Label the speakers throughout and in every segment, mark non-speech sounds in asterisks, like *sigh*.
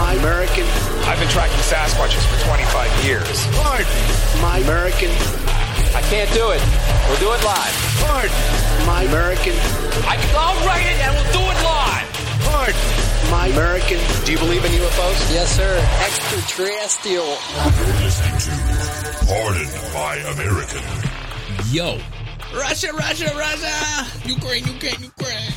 Speaker 1: My American.
Speaker 2: I've been tracking Sasquatches for 25 years.
Speaker 3: Pardon.
Speaker 1: My American.
Speaker 3: I can't do it. We'll do it live. Pardon.
Speaker 1: My American.
Speaker 3: I can, I'll write it and we'll do it live. Pardon.
Speaker 1: My American.
Speaker 2: Do you believe in UFOs?
Speaker 4: Yes, sir. Extraterrestrial.
Speaker 5: listening to Pardon My American.
Speaker 6: Yo. Russia, Russia, Russia. Ukraine, Ukraine, Ukraine.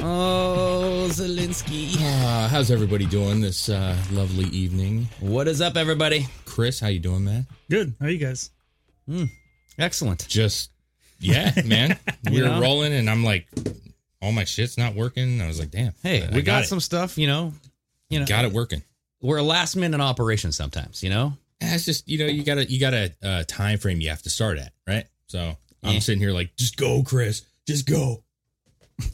Speaker 6: Oh, Zelensky. Uh, how's everybody doing this uh, lovely evening? What is up, everybody? Chris, how you doing, man?
Speaker 7: Good. How are you guys? Hmm. Excellent.
Speaker 6: Just, *laughs* yeah, man. we were
Speaker 7: know?
Speaker 6: rolling, and I'm like, all my shit's not working. I was like, damn.
Speaker 7: Hey,
Speaker 6: I- I
Speaker 7: we got,
Speaker 6: it.
Speaker 7: some stuff. You know, you know,
Speaker 6: Got it working.
Speaker 7: We're a last minute operation sometimes. You know,
Speaker 6: That's just you know you gotta you got a uh, time frame you have to start at, right? So I'm
Speaker 7: Yeah.
Speaker 6: sitting here like, just go, Chris, just go.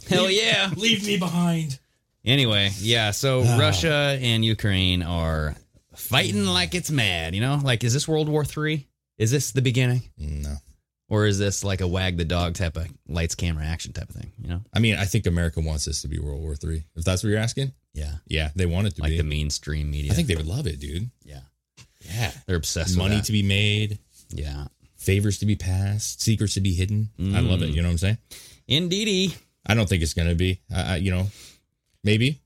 Speaker 7: hell *laughs* yeah.
Speaker 6: Leave me behind.
Speaker 7: anyway, yeah. So Russia and Ukraine are fighting like it's mad. You know, like is this World War Three? Is this the beginning,
Speaker 6: No,
Speaker 7: or is this like a wag the dog type of lights, camera, action type of thing? You know?
Speaker 6: I mean I think America wants this to be World War Three. If that's what you're asking,
Speaker 7: Yeah.
Speaker 6: yeah, they want it to
Speaker 7: Like
Speaker 6: be.
Speaker 7: the mainstream media.
Speaker 6: I think they would love it, dude.
Speaker 7: Yeah.
Speaker 6: Yeah,
Speaker 7: They're obsessed
Speaker 6: money
Speaker 7: with
Speaker 6: to be made,
Speaker 7: be. Yeah.
Speaker 6: favors to be passed, secrets to be hidden. I love it. You know what I'm saying?
Speaker 7: Indeedy.
Speaker 6: I don't think it's gonna be. I, I you know, maybe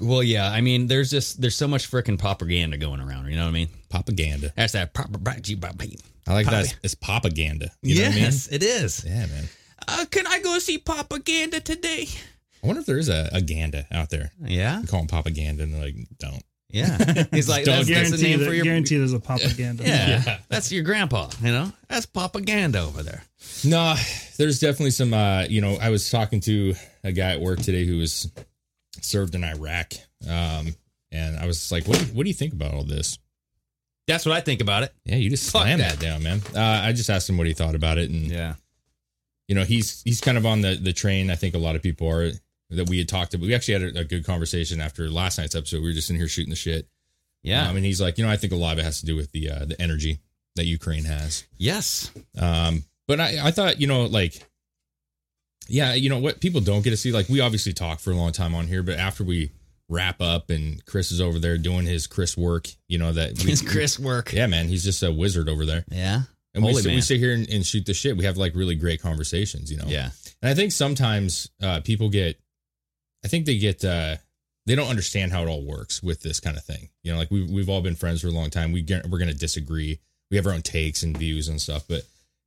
Speaker 7: Well, yeah. I mean, there's just there's so much freaking propaganda going around. You know what I mean?
Speaker 6: propaganda.
Speaker 7: That's that propaganda.
Speaker 6: I like that. It's propaganda. You know what I mean?
Speaker 7: yes, it is.
Speaker 6: Yeah, man.
Speaker 7: Uh, can I go see propaganda today?
Speaker 6: I wonder if there is a, a ganda out there.
Speaker 7: Yeah,
Speaker 6: We call them propaganda, and they're like, don't.
Speaker 7: *laughs* yeah. He's like,
Speaker 6: Don't
Speaker 7: that's, that's the
Speaker 8: guarantee
Speaker 7: name
Speaker 8: that,
Speaker 7: for your
Speaker 8: guarantee there's a propaganda.
Speaker 7: Yeah, that's your grandpa. You know, that's propaganda over there.
Speaker 6: No, there's definitely some. Uh, you know, I was talking to a guy at work today who was served in Iraq, um, and I was like, "What? do- What do you think about all this?"
Speaker 7: That's what I think about it.
Speaker 6: Yeah, you just
Speaker 7: Fuck
Speaker 6: slammed that.
Speaker 7: that.
Speaker 6: down, man. Uh, I just asked him what he thought about it, and
Speaker 7: Yeah,
Speaker 6: you know, he's he's kind of on the the train. I think a lot of people are that we had talked about. We actually had a, a good conversation after last night's episode. We were just in here shooting the shit.
Speaker 7: yeah,
Speaker 6: um, and he's like, you know, I think a lot of it has to do with the uh, the energy that Ukraine has.
Speaker 7: yes,
Speaker 6: Um, but I, I thought, you know, like, yeah, you know what people don't get to see, like, we obviously talk for a long time on here, but after we wrap up and Chris is over there doing his Chris work, you know, that
Speaker 7: *laughs*
Speaker 6: we,
Speaker 7: it's Chris work.
Speaker 6: yeah, man, he's just a wizard over there.
Speaker 7: yeah,
Speaker 6: And we
Speaker 7: Holy
Speaker 6: sit, we
Speaker 7: man.
Speaker 6: sit here and, and shoot the shit. We have like really great conversations, you know?
Speaker 7: yeah.
Speaker 6: And I think sometimes uh, people get, I think they get, uh, they don't understand how it all works with this kind of thing. You know, like we've, we've all been friends for a long time. We get, we're going to disagree. We have our own takes and views and stuff. But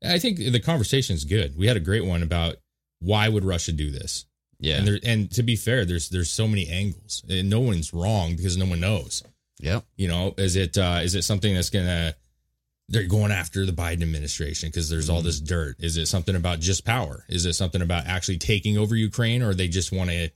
Speaker 6: I think the conversation's good. We had a great one about why would Russia do this?
Speaker 7: yeah.
Speaker 6: And there, and to be fair, there's, there's so many angles and no one's wrong because no one knows,
Speaker 7: Yep.
Speaker 6: you know, is it, uh, is it something that's going to, they're going after the Biden administration because there's
Speaker 7: Mm-hmm.
Speaker 6: all this dirt. Is it something about just power? Is it something about actually taking over Ukraine, or they just want to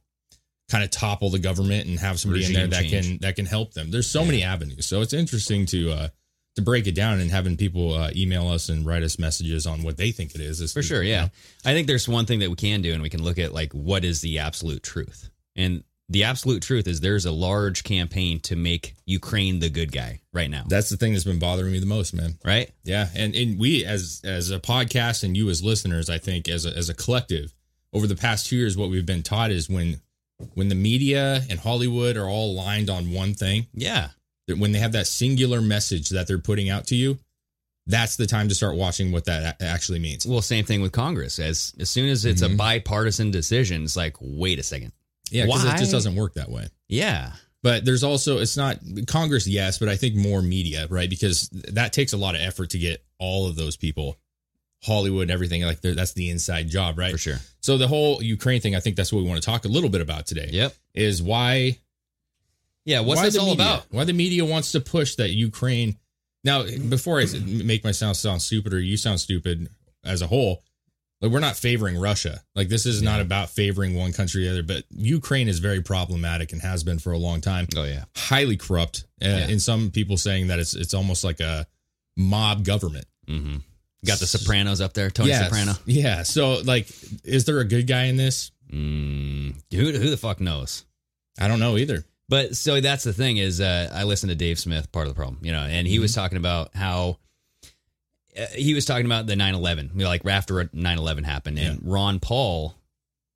Speaker 6: kind of topple the government and have somebody in
Speaker 7: Regime
Speaker 6: there that can
Speaker 7: change.
Speaker 6: that can help them? There's so many avenues. So it's interesting to uh, to break it down and having people uh, email us and write us messages on what they think it is. is
Speaker 7: For sure, yeah. I think there's one thing that we can do, and we can look at like what is the absolute truth. And the absolute truth is there's a large campaign to make Ukraine the good guy right now,
Speaker 6: That's the thing that's been bothering me the most, man.
Speaker 7: right?
Speaker 6: Yeah, and and we as as a podcast and you as listeners, I think as a, as a collective, over the past two years, what we've been taught is when when the media and Hollywood are all aligned on one thing,
Speaker 7: Yeah,
Speaker 6: that when they have that singular message that they're putting out to you, that's the time to start watching what that a- actually means.
Speaker 7: Well, same thing with Congress. As as soon as it's a bipartisan decision, it's like, wait a second.
Speaker 6: Yeah, because it
Speaker 7: Why?
Speaker 6: just doesn't work that way.
Speaker 7: Yeah.
Speaker 6: But there's also it's not Congress, yes, but I think more media, right? Because that takes a lot of effort to get all of those people, Hollywood, and everything like they're- that's the inside job, right?
Speaker 7: For sure.
Speaker 6: So the whole Ukraine thing, I think that's what we want to talk a little bit about today.
Speaker 7: Yep.
Speaker 6: Is why
Speaker 7: Yeah. What's
Speaker 6: why
Speaker 7: this
Speaker 6: the
Speaker 7: all
Speaker 6: media?
Speaker 7: about?
Speaker 6: Why the media wants to push that Ukraine? Now, before I s- make myself sound stupid or you sound stupid as a whole, like we're not favoring Russia. Like this is not about favoring one country or the other, but Ukraine is very problematic and has been for a long time.
Speaker 7: Oh yeah.
Speaker 6: Highly corrupt, uh,
Speaker 7: Yeah.
Speaker 6: and some people saying that it's it's almost like a mob government.
Speaker 7: Mm-hmm. Got the Sopranos up there, Tony
Speaker 6: Yes.
Speaker 7: Soprano.
Speaker 6: Yeah. So like, is there a good guy in this?
Speaker 7: Mm, dude, who the fuck knows?
Speaker 6: I don't know either.
Speaker 7: But so that's the thing is, uh, I listened to Dave Smith, part of the problem, you know, and he was talking about how uh, he was talking about the 9 11, you know, like after 9 11 happened. And Ron Paul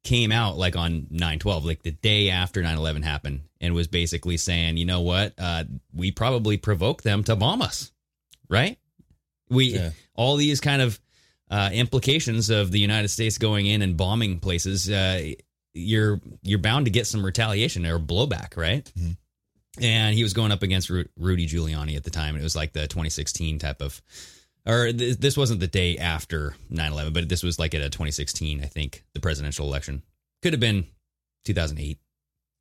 Speaker 7: came out like on 9 12, like the day after 9 11 happened, and was basically saying, you know what, uh, we probably provoked them to bomb us, right? We
Speaker 6: Yeah.
Speaker 7: all these kind of uh, implications of the United States going in and bombing places. Uh, you're you're bound to get some retaliation or blowback, right? And he was going up against Ru- Rudy Giuliani at the time, and it was like the 2016 type of, or th- this wasn't the day after 9/11, but this was like at a 2016, I think, the presidential election could have been 2008.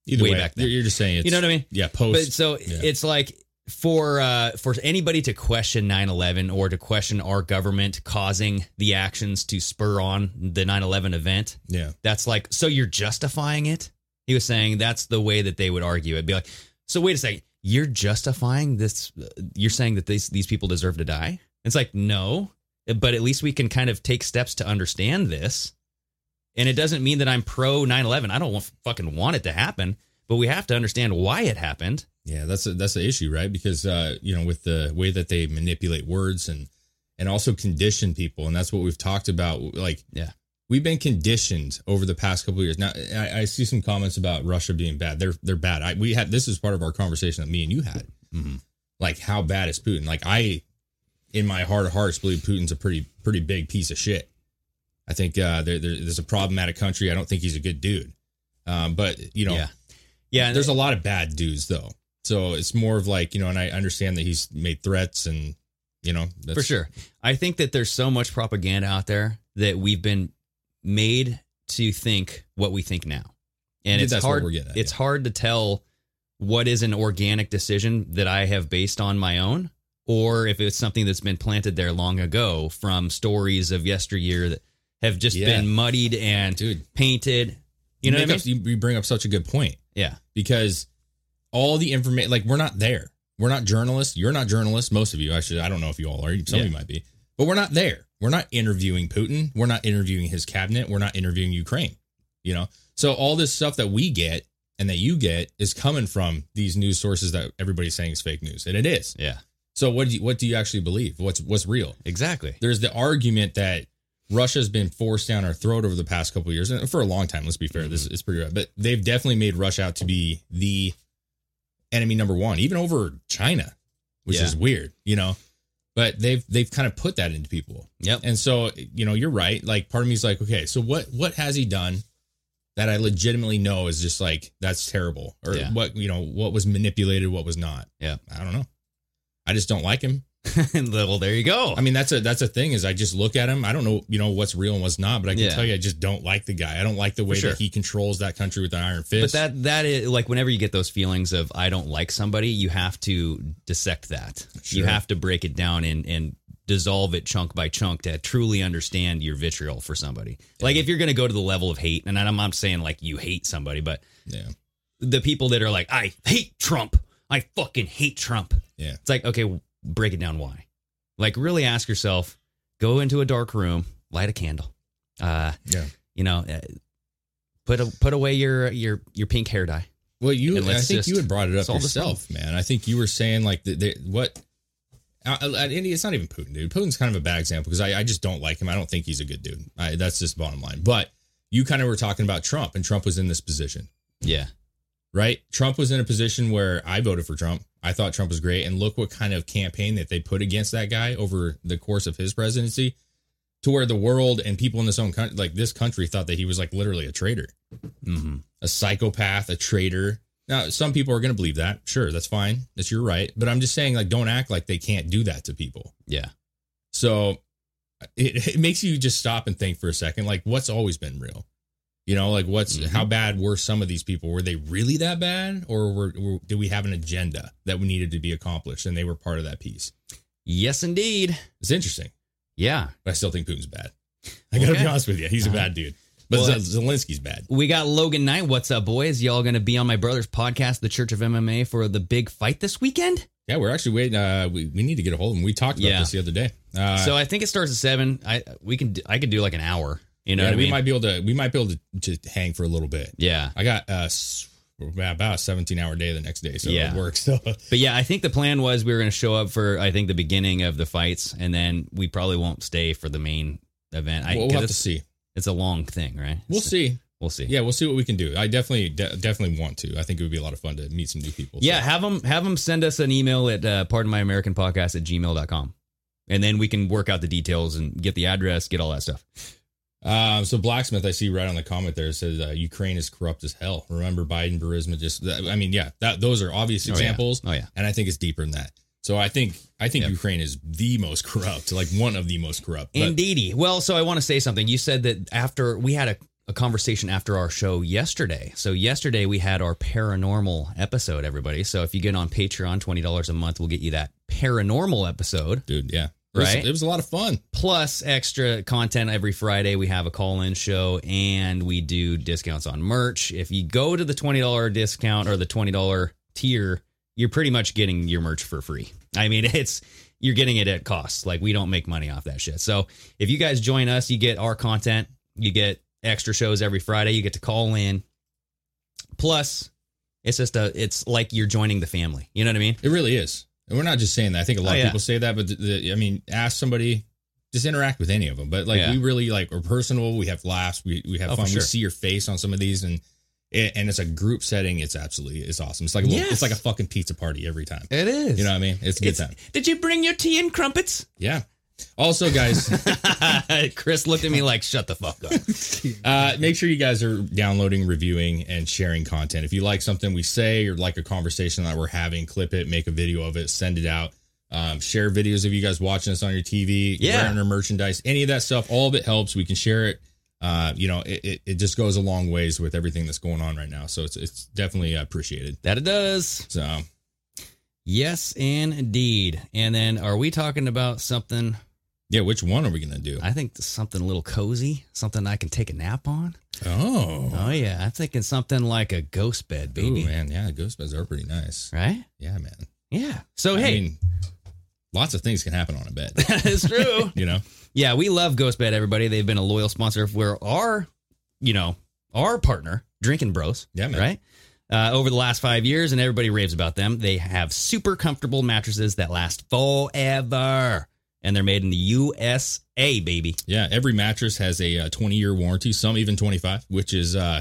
Speaker 6: Either
Speaker 7: Way
Speaker 6: way,
Speaker 7: back then.
Speaker 6: you're you're just saying it's,
Speaker 7: You know what I mean?
Speaker 6: Yeah.
Speaker 7: But
Speaker 6: Post.
Speaker 7: so
Speaker 6: yeah.
Speaker 7: it's like for uh, for anybody to question 9/11 or to question our government causing the actions to spur on the 9/11 event,
Speaker 6: yeah.
Speaker 7: that's like so you're justifying it he was saying that's the way that they would argue it'd be like so wait a second you're justifying this you're saying that these these people deserve to die it's like no but at least we can kind of take steps to understand this and it doesn't mean that i'm pro 9-11 i don't want, fucking want it to happen but we have to understand why it happened
Speaker 6: Yeah, that's a, that's the issue, right? Because uh, you know, with the way that they manipulate words and and also condition people, and that's what we've talked about. Like,
Speaker 7: Yeah.
Speaker 6: we've been conditioned over the past couple of years. Now, I, I see some comments about Russia being bad. They're they're bad. I, we had this is part of our conversation that me and you had.
Speaker 7: Mm-hmm.
Speaker 6: Like, how bad is Putin? Like, I in my heart of hearts believe Putin's a pretty pretty big piece of shit. I think uh, there, there, there's a problematic country. I don't think he's a good dude. Um, but you know,
Speaker 7: yeah yeah and-
Speaker 6: there's a lot of bad dudes though. So it's more of like, you know, and I understand that he's made threats and, you know, that's,
Speaker 7: for sure. I think that there's so much propaganda out there that we've been made to think what we think now, and
Speaker 6: Yeah,
Speaker 7: it's
Speaker 6: that's what
Speaker 7: hard.
Speaker 6: we're getting at,
Speaker 7: it's
Speaker 6: yeah.
Speaker 7: hard to tell what is an organic decision that I have based on my own, or if it's something that's been planted there long ago from stories of yesteryear that have just
Speaker 6: Yeah.
Speaker 7: been muddied and
Speaker 6: Dude.
Speaker 7: painted. You know what I
Speaker 6: make
Speaker 7: mean?
Speaker 6: up- you- you bring up such a good point
Speaker 7: yeah.
Speaker 6: because all the information, like, we're not there. We're not journalists. You're not journalists. Most of you, actually, I don't know if you all are. Some of
Speaker 7: Yeah.
Speaker 6: you might be, but we're not there. We're not interviewing Putin. We're not interviewing his cabinet. We're not interviewing Ukraine, you know? So all this stuff that we get and that you get is coming from these news sources that everybody's saying is fake news. And it is.
Speaker 7: Yeah.
Speaker 6: So what do you, what do you actually believe? What's, what's real?
Speaker 7: Exactly.
Speaker 6: there's the argument that Russia's been forced down our throat over the past couple of years, and for a long time. Let's be fair,
Speaker 7: Mm-hmm.
Speaker 6: this is pretty bad, but they've definitely made Russia out to be the enemy number one, even over China, which
Speaker 7: Yeah.
Speaker 6: is weird, you know. But they've they've kind of put that into people,
Speaker 7: Yep.
Speaker 6: and so you know you're right. Like part of me's like, okay, so what what has he done that I legitimately know is just like that's terrible, or
Speaker 7: Yeah.
Speaker 6: what you know what was manipulated, what was not.
Speaker 7: Yeah.
Speaker 6: I don't know. I just don't like him.
Speaker 7: *laughs* well, there you go.
Speaker 6: I mean, that's a that's a thing is I just look at him. I don't know, you know, what's real and what's not, but I can
Speaker 7: Yeah.
Speaker 6: tell you, I just don't like the guy. I don't like the way
Speaker 7: sure.
Speaker 6: that he controls that country with an iron
Speaker 7: But
Speaker 6: fist.
Speaker 7: that that is like whenever you get those feelings of I don't like somebody, you have to dissect that. You
Speaker 6: Sure.
Speaker 7: have to break it down and and dissolve it chunk by chunk to truly understand your vitriol for somebody. Like if you're going to go to the level of hate, and I'm not saying like you hate somebody, but
Speaker 6: yeah,
Speaker 7: the people that are like I hate Trump, I fucking hate Trump.
Speaker 6: yeah,
Speaker 7: It's like okay, break it down why. Like really ask yourself, go into a dark room, light a candle. Uh,
Speaker 6: yeah.
Speaker 7: you know, uh, put a, put away your your your pink hair dye.
Speaker 6: Well, you,
Speaker 7: And
Speaker 6: I
Speaker 7: let's
Speaker 6: think
Speaker 7: just
Speaker 6: you had brought it up
Speaker 7: solve this
Speaker 6: yourself, man. I think you were saying like the, the, what. I, I, and it's not even Putin, dude. Putin's kind of a bad example because I, I just don't like him. I don't think he's a good dude. I, that's just bottom line. But you kind of were talking about Trump, and Trump was in this position.
Speaker 7: Yeah.
Speaker 6: right? Trump was in a position where I voted for Trump. I thought Trump was great. And look what kind of campaign that they put against that guy over the course of his presidency to where the world and people in this own country, like this country, thought that he was like literally a traitor,
Speaker 7: Mm-hmm.
Speaker 6: a psychopath, a traitor. Now, some people are going to believe that. Sure, that's fine. That's your right. But I'm just saying, like, don't act like they can't do that to people.
Speaker 7: Yeah.
Speaker 6: So it, it makes you just stop and think for a second, like what's always been real, you know, like what's
Speaker 7: Mm-hmm.
Speaker 6: how bad were some of these people? Were they really that bad, or were, were did we have an agenda that we needed to be accomplished, and they were part of that piece?
Speaker 7: Yes, indeed.
Speaker 6: It's interesting,
Speaker 7: Yeah.
Speaker 6: but I still think Putin's bad. I got to
Speaker 7: Okay. Uh-huh.
Speaker 6: be honest with you, he's a bad dude, but
Speaker 7: Well,
Speaker 6: Z- Zelensky's bad.
Speaker 7: We got Logan Knight. What's up, boys? Y'all going to be on my brother's podcast, The Church of MMA, for the big fight this weekend?
Speaker 6: Yeah, we're actually waiting. Uh, we we need to get a hold of him. We talked about
Speaker 7: Yeah.
Speaker 6: this the other day. Uh,
Speaker 7: so I think it starts at seven. I we can do- I could do like an hour. You know
Speaker 6: yeah,
Speaker 7: what I
Speaker 6: we
Speaker 7: mean?
Speaker 6: might be able to we might be able to, to hang for a little bit.
Speaker 7: yeah.
Speaker 6: I got uh s- about a 17 hour day the next day, so
Speaker 7: Yeah.
Speaker 6: it works. *laughs* So
Speaker 7: But yeah, I think the plan was we were going to show up for I think the beginning of the fights, and then we probably won't stay for the main event. I,
Speaker 6: we'll
Speaker 7: 'cause
Speaker 6: we'll have to
Speaker 7: it's,
Speaker 6: see.
Speaker 7: It's a long thing, right?
Speaker 6: We'll
Speaker 7: So-
Speaker 6: see.
Speaker 7: We'll see.
Speaker 6: Yeah, we'll see what we can do. I definitely de- definitely want to. I think it would be a lot of fun to meet some new people. so.
Speaker 7: Yeah, have them have them send us an email at uh, pardon my American podcast at gmail.com. And then we can work out the details and get the address, get all that stuff.
Speaker 6: Um, so blacksmith, I see right on the comment there it says uh, Ukraine is corrupt as hell. Remember Biden, Burisma, just that- I mean, yeah, that those are obvious
Speaker 7: Oh, yeah.
Speaker 6: examples.
Speaker 7: Oh, yeah.
Speaker 6: and I think it's deeper than that. So I think I think
Speaker 7: Yep.
Speaker 6: Ukraine is the most corrupt, like one of the most corrupt. But
Speaker 7: Indeedy. Well, so I want to say something. You said that after we had a, a conversation after our show yesterday. So yesterday we had our paranormal episode, everybody. So if you get on Patreon, twenty dollars a month, we'll get you that paranormal episode.
Speaker 6: dude, yeah, It was-
Speaker 7: Right?
Speaker 6: It was a lot of fun.
Speaker 7: Plus extra content every Friday. We have a call in show and we do discounts on merch. If you go to the twenty dollar discount or the twenty dollar tier, you're pretty much getting your merch for free. I mean, *laughs* it's you're getting it at cost. Like we don't make money off that shit. So if you guys join us, you get our content, you get extra shows every Friday, you get to call in. Plus, it's just a it's like you're joining the family. You know what I mean?
Speaker 6: It really is. And we're not just saying that. I think a lot
Speaker 7: Oh,
Speaker 6: of
Speaker 7: yeah.
Speaker 6: people say that, but the, the, I mean, ask somebody, just interact with any of them. But like,
Speaker 7: Yeah.
Speaker 6: we really like are personal. We have laughs. We we have
Speaker 7: Oh, for
Speaker 6: fun.
Speaker 7: sure.
Speaker 6: We see your face on some of these, and and it's a group setting. It's absolutely it's awesome. It's like a little,
Speaker 7: Yes.
Speaker 6: it's like a fucking pizza party every time.
Speaker 7: It is.
Speaker 6: You know what I mean? It's a good
Speaker 7: It's-
Speaker 6: time.
Speaker 7: did you bring your tea and crumpets?
Speaker 6: Yeah. Also, guys,
Speaker 7: *laughs* Chris looked at me like, "Shut the fuck *laughs* up."
Speaker 6: Uh, make sure you guys are downloading, reviewing, and sharing content. If you like something we say or like a conversation that we're having, clip it, make a video of it, send it out. Um, share videos of you guys watching us on your TV,
Speaker 7: Yeah.
Speaker 6: wearing our merchandise, any of that stuff. All of it helps. We can share it. Uh, you know, it, it, it just goes a long ways with everything that's going on right now. So it's it's definitely appreciated.
Speaker 7: that it does.
Speaker 6: So
Speaker 7: Yes, indeed. And then, are we talking about something?
Speaker 6: yeah, which one are we gonna do?
Speaker 7: I think something a little cozy, something I can take a nap on.
Speaker 6: Oh,
Speaker 7: Oh yeah, I'm thinking something like a ghost bed,
Speaker 6: Ooh,
Speaker 7: baby.
Speaker 6: man, yeah, ghost beds are pretty nice.
Speaker 7: right?
Speaker 6: Yeah, man.
Speaker 7: Yeah. So
Speaker 6: I
Speaker 7: hey,
Speaker 6: mean, lots of things can happen on a bed.
Speaker 7: *laughs*
Speaker 6: *laughs*
Speaker 7: it's true.
Speaker 6: You know.
Speaker 7: yeah, we love Ghost Bed. Everybody, they've been a loyal sponsor of where our, you know, our partner, Drinking Bros.
Speaker 6: Yeah, man.
Speaker 7: right? Uh, over the last five years, and everybody raves about them. They have super comfortable mattresses that last forever, and they're made in the USA, baby.
Speaker 6: Yeah, every mattress has a uh, 20 year warranty, some even 25, which is, uh,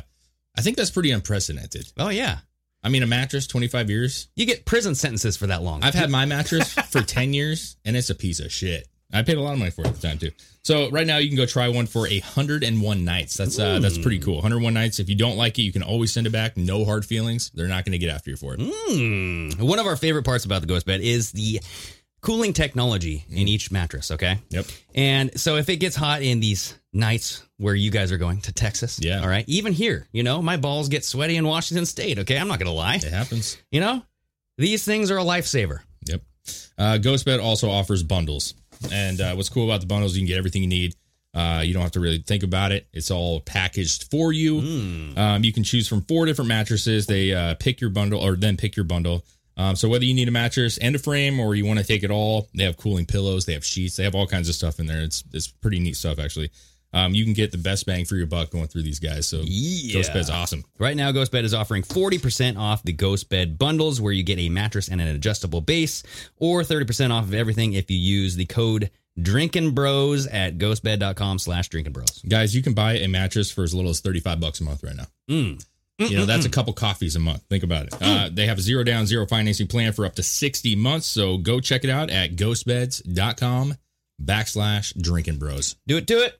Speaker 6: I think that's pretty unprecedented.
Speaker 7: Oh yeah,
Speaker 6: I mean, a mattress, 25 years.
Speaker 7: you get prison sentences for that long.
Speaker 6: I've had my
Speaker 7: *laughs*
Speaker 6: mattress for 10 years and it's a piece of shit. I paid a lot of money for it at the time too. So right now you can go try one for 101 nights. That's uh, that's pretty cool. 101 nights. If you don't like it, you can always send it back. No hard feelings. They're not going to get after you for it.
Speaker 7: Mm. One of our favorite parts about the Ghost Bed is the cooling technology in each mattress. Okay.
Speaker 6: Yep.
Speaker 7: And so if it gets hot in these nights where you guys are going to Texas,
Speaker 6: Yeah.
Speaker 7: all right, even here, you know, my balls get sweaty in Washington State. Okay, I'm not gonna lie.
Speaker 6: It happens.
Speaker 7: You know, these things are a lifesaver.
Speaker 6: Yep. Uh, Ghostbed also offers bundles, and uh, what's cool about the bundles, you can get everything you need. Uh, you don't have to really think about it. It's all packaged for you. Um, you can choose from four different mattresses. They uh, pick your bundle, or then pick your bundle. Um, so whether you need a mattress and a frame, or you want to take it all, they have cooling pillows, they have sheets, they have all kinds of stuff in there. It's it's pretty neat stuff actually. Um, you can get the best bang for your buck going through these guys. So
Speaker 7: Yeah.
Speaker 6: Ghostbed's awesome.
Speaker 7: Right now, Ghost Bed is offering 40% off the Ghost Bed bundles, where you get a mattress and an adjustable base, or 30% off of everything if you use the code Drinking Bros at ghostbed.com slash Drinking Bros.
Speaker 6: Guys, you can buy a mattress for as little as 35 bucks a month right now.
Speaker 7: Mm.
Speaker 6: You know, that's a couple coffees a month. Think about it. Uh, they have a zero down, zero financing plan for up to 60 months. So go check it out at ghostbeds.com backslash drinking bros.
Speaker 7: Do it, do it.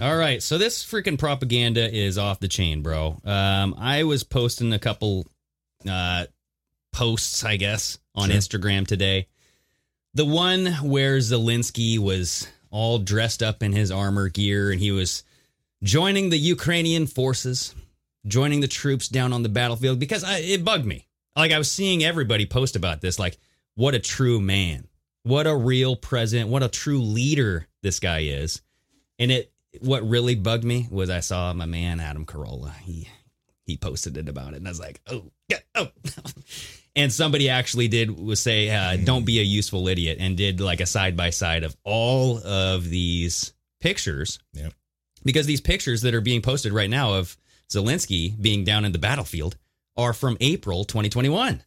Speaker 7: All right. So this freaking propaganda is off the chain, bro. Um, I was posting a couple uh, posts, I guess, on
Speaker 6: Sure.
Speaker 7: Instagram today. The one where Zelensky was all dressed up in his armor gear and he was joining the Ukrainian forces, joining the troops down on the battlefield because I, it bugged me. Like I was seeing everybody post about this, like what a true man, what a real president, what a true leader this guy is. And it what really bugged me was I saw my man Adam Carolla. He he posted it about it, and I was like, oh, yeah, oh. *laughs* and somebody actually did was say, uh, "Don't be a useful idiot," and did like a side by side of all of these pictures.
Speaker 6: Yep.
Speaker 7: Because these pictures that are being posted right now of Zelensky being down in the battlefield are from April 2021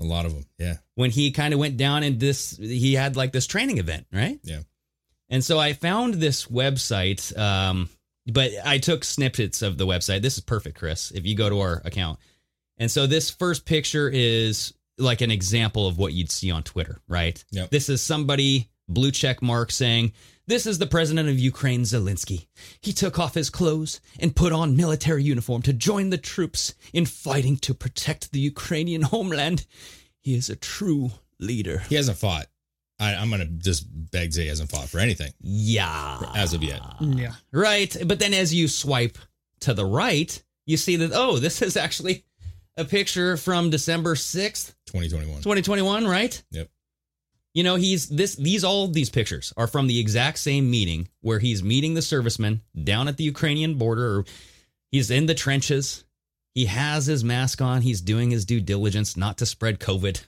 Speaker 6: A lot of them. Yeah.
Speaker 7: when he kind of went down and this he had like this training event, right?
Speaker 6: Yeah.
Speaker 7: And so I found this website, um, but I took snippets of the website. This is perfect, Chris. If you go to our account, and so this first picture is like an example of what you'd see on Twitter, right?
Speaker 6: Yep.
Speaker 7: This is somebody blue check mark saying, "This is the president of Ukraine, Zelensky. He took off his clothes and put on military uniform to join the troops in fighting to protect the Ukrainian homeland. He is a true leader."
Speaker 6: He hasn't fought. I, I'm going to just beg to say he hasn't fought for anything
Speaker 7: Yeah.
Speaker 6: as of yet.
Speaker 8: Mm, Yeah.
Speaker 7: Right. But then as you swipe to the right, you see that, oh, this is actually a picture from December 6th,
Speaker 6: 2021.
Speaker 7: 2021, right?
Speaker 6: Yep. *laughs*
Speaker 7: You know, he's this, these, all of these pictures are from the exact same meeting where he's meeting the servicemen down at the Ukrainian border or he's in the trenches. He has his mask on. He's doing his due diligence not to spread COVID.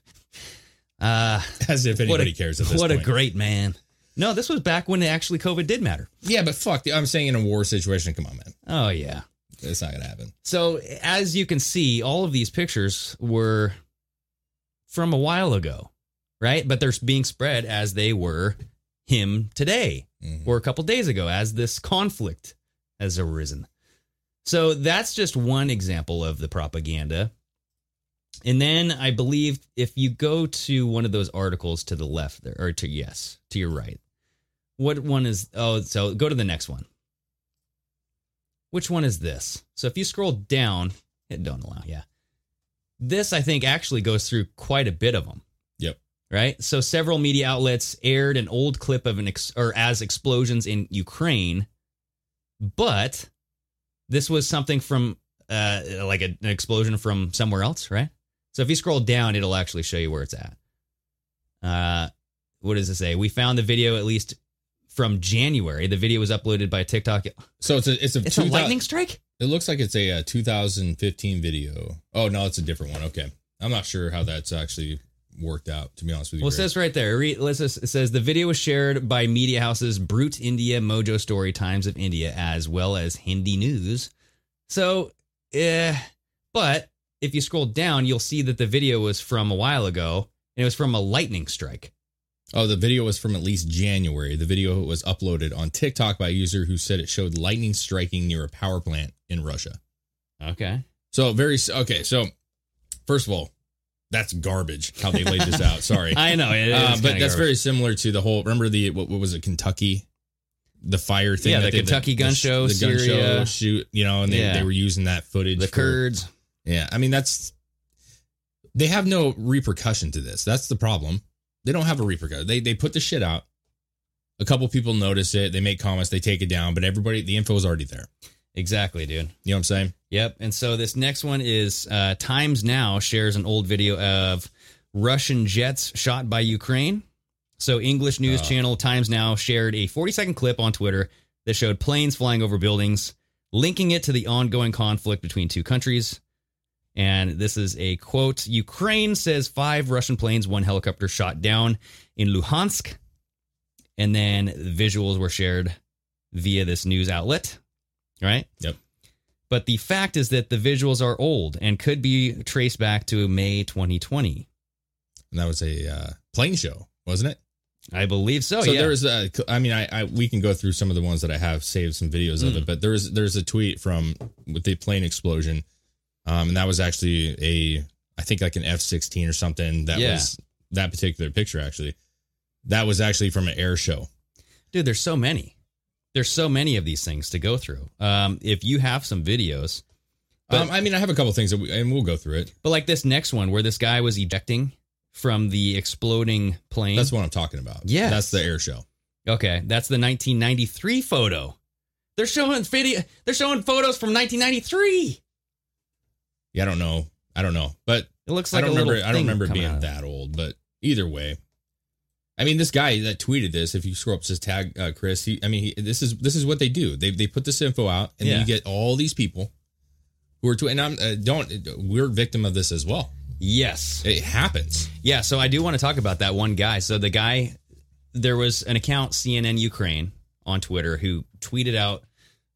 Speaker 7: Uh,
Speaker 6: As if
Speaker 7: what
Speaker 6: anybody
Speaker 7: a,
Speaker 6: cares at this
Speaker 7: what
Speaker 6: point.
Speaker 7: a great man. No, this was back when actually COVID did matter.
Speaker 6: yeah, but fuck. I'm saying in a war situation, come on, man.
Speaker 7: Oh, yeah.
Speaker 6: It's not going to happen.
Speaker 7: So as you can see, all of these pictures were from a while ago, right? But they're being spread as they were him today or a couple days ago as this conflict has arisen. So that's just one example of the propaganda. And then I believe if you go to one of those articles to the left there or to yes, to your right. What one is oh so go to the next one which one is this? So if you scroll down, hit don't allow, yeah. This I think actually goes through quite a bit of them,
Speaker 6: Yep.
Speaker 7: right? So several media outlets aired an old clip of an ex- or as explosions in Ukraine, but this was something from uh like a- an explosion from somewhere else, right? So if you scroll down, it'll actually show you where it's at. Uh what does it say? We found the video at least from January. The video was uploaded by TikTok.
Speaker 6: So it's a, it's a,
Speaker 7: It's a
Speaker 6: 2000
Speaker 7: lightning strike?
Speaker 6: It looks like it's a, uh 2015 video. Oh no, it's a different one. Okay, I'm not sure how that's actually worked out. To be honest with you,
Speaker 7: Well, it
Speaker 6: Greg.
Speaker 7: says right there. Re- let's just- It says the video was shared by media houses Brute India, Mojo Story, Times of India, as well as Hindi News. So, eh, but if you scroll down, you'll see that the video was from a while ago, and it was from a lightning strike.
Speaker 6: oh, the video was from at least January. The video was uploaded on TikTok by a user who said it showed lightning striking near a power plant in Russia.
Speaker 7: Okay.
Speaker 6: So very s- okay. So first of all, that's garbage how they laid this out. Sorry,
Speaker 7: *laughs* I know, it is
Speaker 6: Uh,
Speaker 7: kinda
Speaker 6: but that's
Speaker 7: garbage.
Speaker 6: very similar to the whole. Remember the what, what was it, Kentucky? The fire thing.
Speaker 7: Yeah,
Speaker 6: that
Speaker 7: the
Speaker 6: they-
Speaker 7: Kentucky gun
Speaker 6: sh-
Speaker 7: show,
Speaker 6: the gun show
Speaker 7: Syria.
Speaker 6: shoot. You know, and they,
Speaker 7: Yeah.
Speaker 6: they were using that footage.
Speaker 7: The
Speaker 6: for-
Speaker 7: Kurds.
Speaker 6: Yeah, I mean that's they have no repercussion to this. That's the problem. They don't have a repercussion. They they put the shit out. A couple people notice it. They make comments. They take it down. But everybody, the info is already there.
Speaker 7: Exactly, dude.
Speaker 6: You know what I'm saying?
Speaker 7: Yep. And so this next one is uh, Times Now shares an old video of Russian jets shot by Ukraine. So English news channel Times Now shared a 40 second clip on Twitter that showed planes flying over buildings, linking it to the ongoing conflict between two countries. And this is a quote Ukraine says five Russian planes, one helicopter shot down in Luhansk. And then visuals were shared via this news outlet, right?
Speaker 6: Yep.
Speaker 7: But the fact is that the visuals are old and could be traced back to May 2020.
Speaker 6: And that was a uh, plane show, wasn't it?
Speaker 7: I believe so.
Speaker 6: so
Speaker 7: Oh, yeah.
Speaker 6: there is a. I mean, I, I we can go through some of the
Speaker 7: Mm.
Speaker 6: ones that I have saved some videos of it, but there's there's a tweet from with the plane explosion. Um, and that was actually a, I think like an F 16 or something. That
Speaker 7: Yeah.
Speaker 6: was that particular picture, actually. That was actually from an air show.
Speaker 7: dude there's so many there's so many of these things to go through um, if you have some videos But- Mm-hmm.
Speaker 6: um, I mean, I have a couple things that we, and we'll go through it.
Speaker 7: but like this next one where this guy was ejecting from the exploding plane
Speaker 6: That's what I'm talking about.
Speaker 7: Yes.
Speaker 6: That's the air show.
Speaker 7: okay that's the 1993 photo they're showing video they're showing photos from 1993
Speaker 6: Yeah. I don't know. I don't know, but
Speaker 7: it looks
Speaker 6: I
Speaker 7: like
Speaker 6: don't
Speaker 7: a little
Speaker 6: remember. I don't
Speaker 7: thing
Speaker 6: remember
Speaker 7: coming out
Speaker 6: being
Speaker 7: of it.
Speaker 6: that old, but either way, I mean, this guy that tweeted this. If you scroll up, says tag uh, Chris. He, I mean, he, this is this is what they do. They they put this info out, and
Speaker 7: Yeah.
Speaker 6: then you get all these people who are tweeting. And I'm uh, don't we're victim of this as well.
Speaker 7: yes
Speaker 6: It happens.
Speaker 7: Yeah, so I do want to talk about that one guy. So the guy, there was an account CNN Ukraine on Twitter who tweeted out,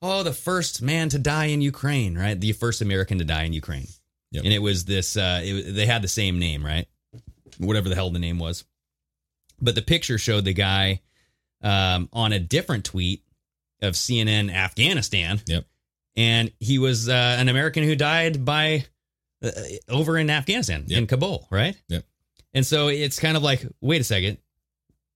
Speaker 7: "Oh, the first man to die in Ukraine, right? The first American to die in Ukraine."
Speaker 6: Yep.
Speaker 7: And it was this. Uh, it, was- they had the same name, right? Whatever the hell the name was, but the picture showed the guy um, on a different tweet of CNN Afghanistan.
Speaker 6: Yep.
Speaker 7: And he was uh, an American who died by uh, over in Afghanistan in
Speaker 6: Yep.
Speaker 7: Kabul, right?
Speaker 6: Yep.
Speaker 7: And so it's kind of like, wait a second,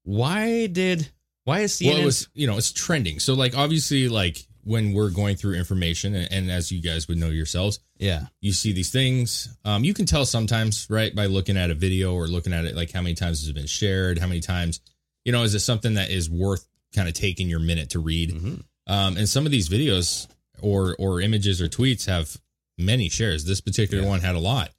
Speaker 7: why did why is CNN?
Speaker 6: Well, it was you know it's trending. So like obviously like when we're going through information, and, and as you guys would know yourselves,
Speaker 7: yeah,
Speaker 6: you see these things. Um, you can tell sometimes, right, by looking at a video or looking at it, like how many times has it been shared, how many times, you know, is it something that is worth kind of taking your minute to read? Um, and some of these videos or or images or tweets have many shares. This particular one had a lot,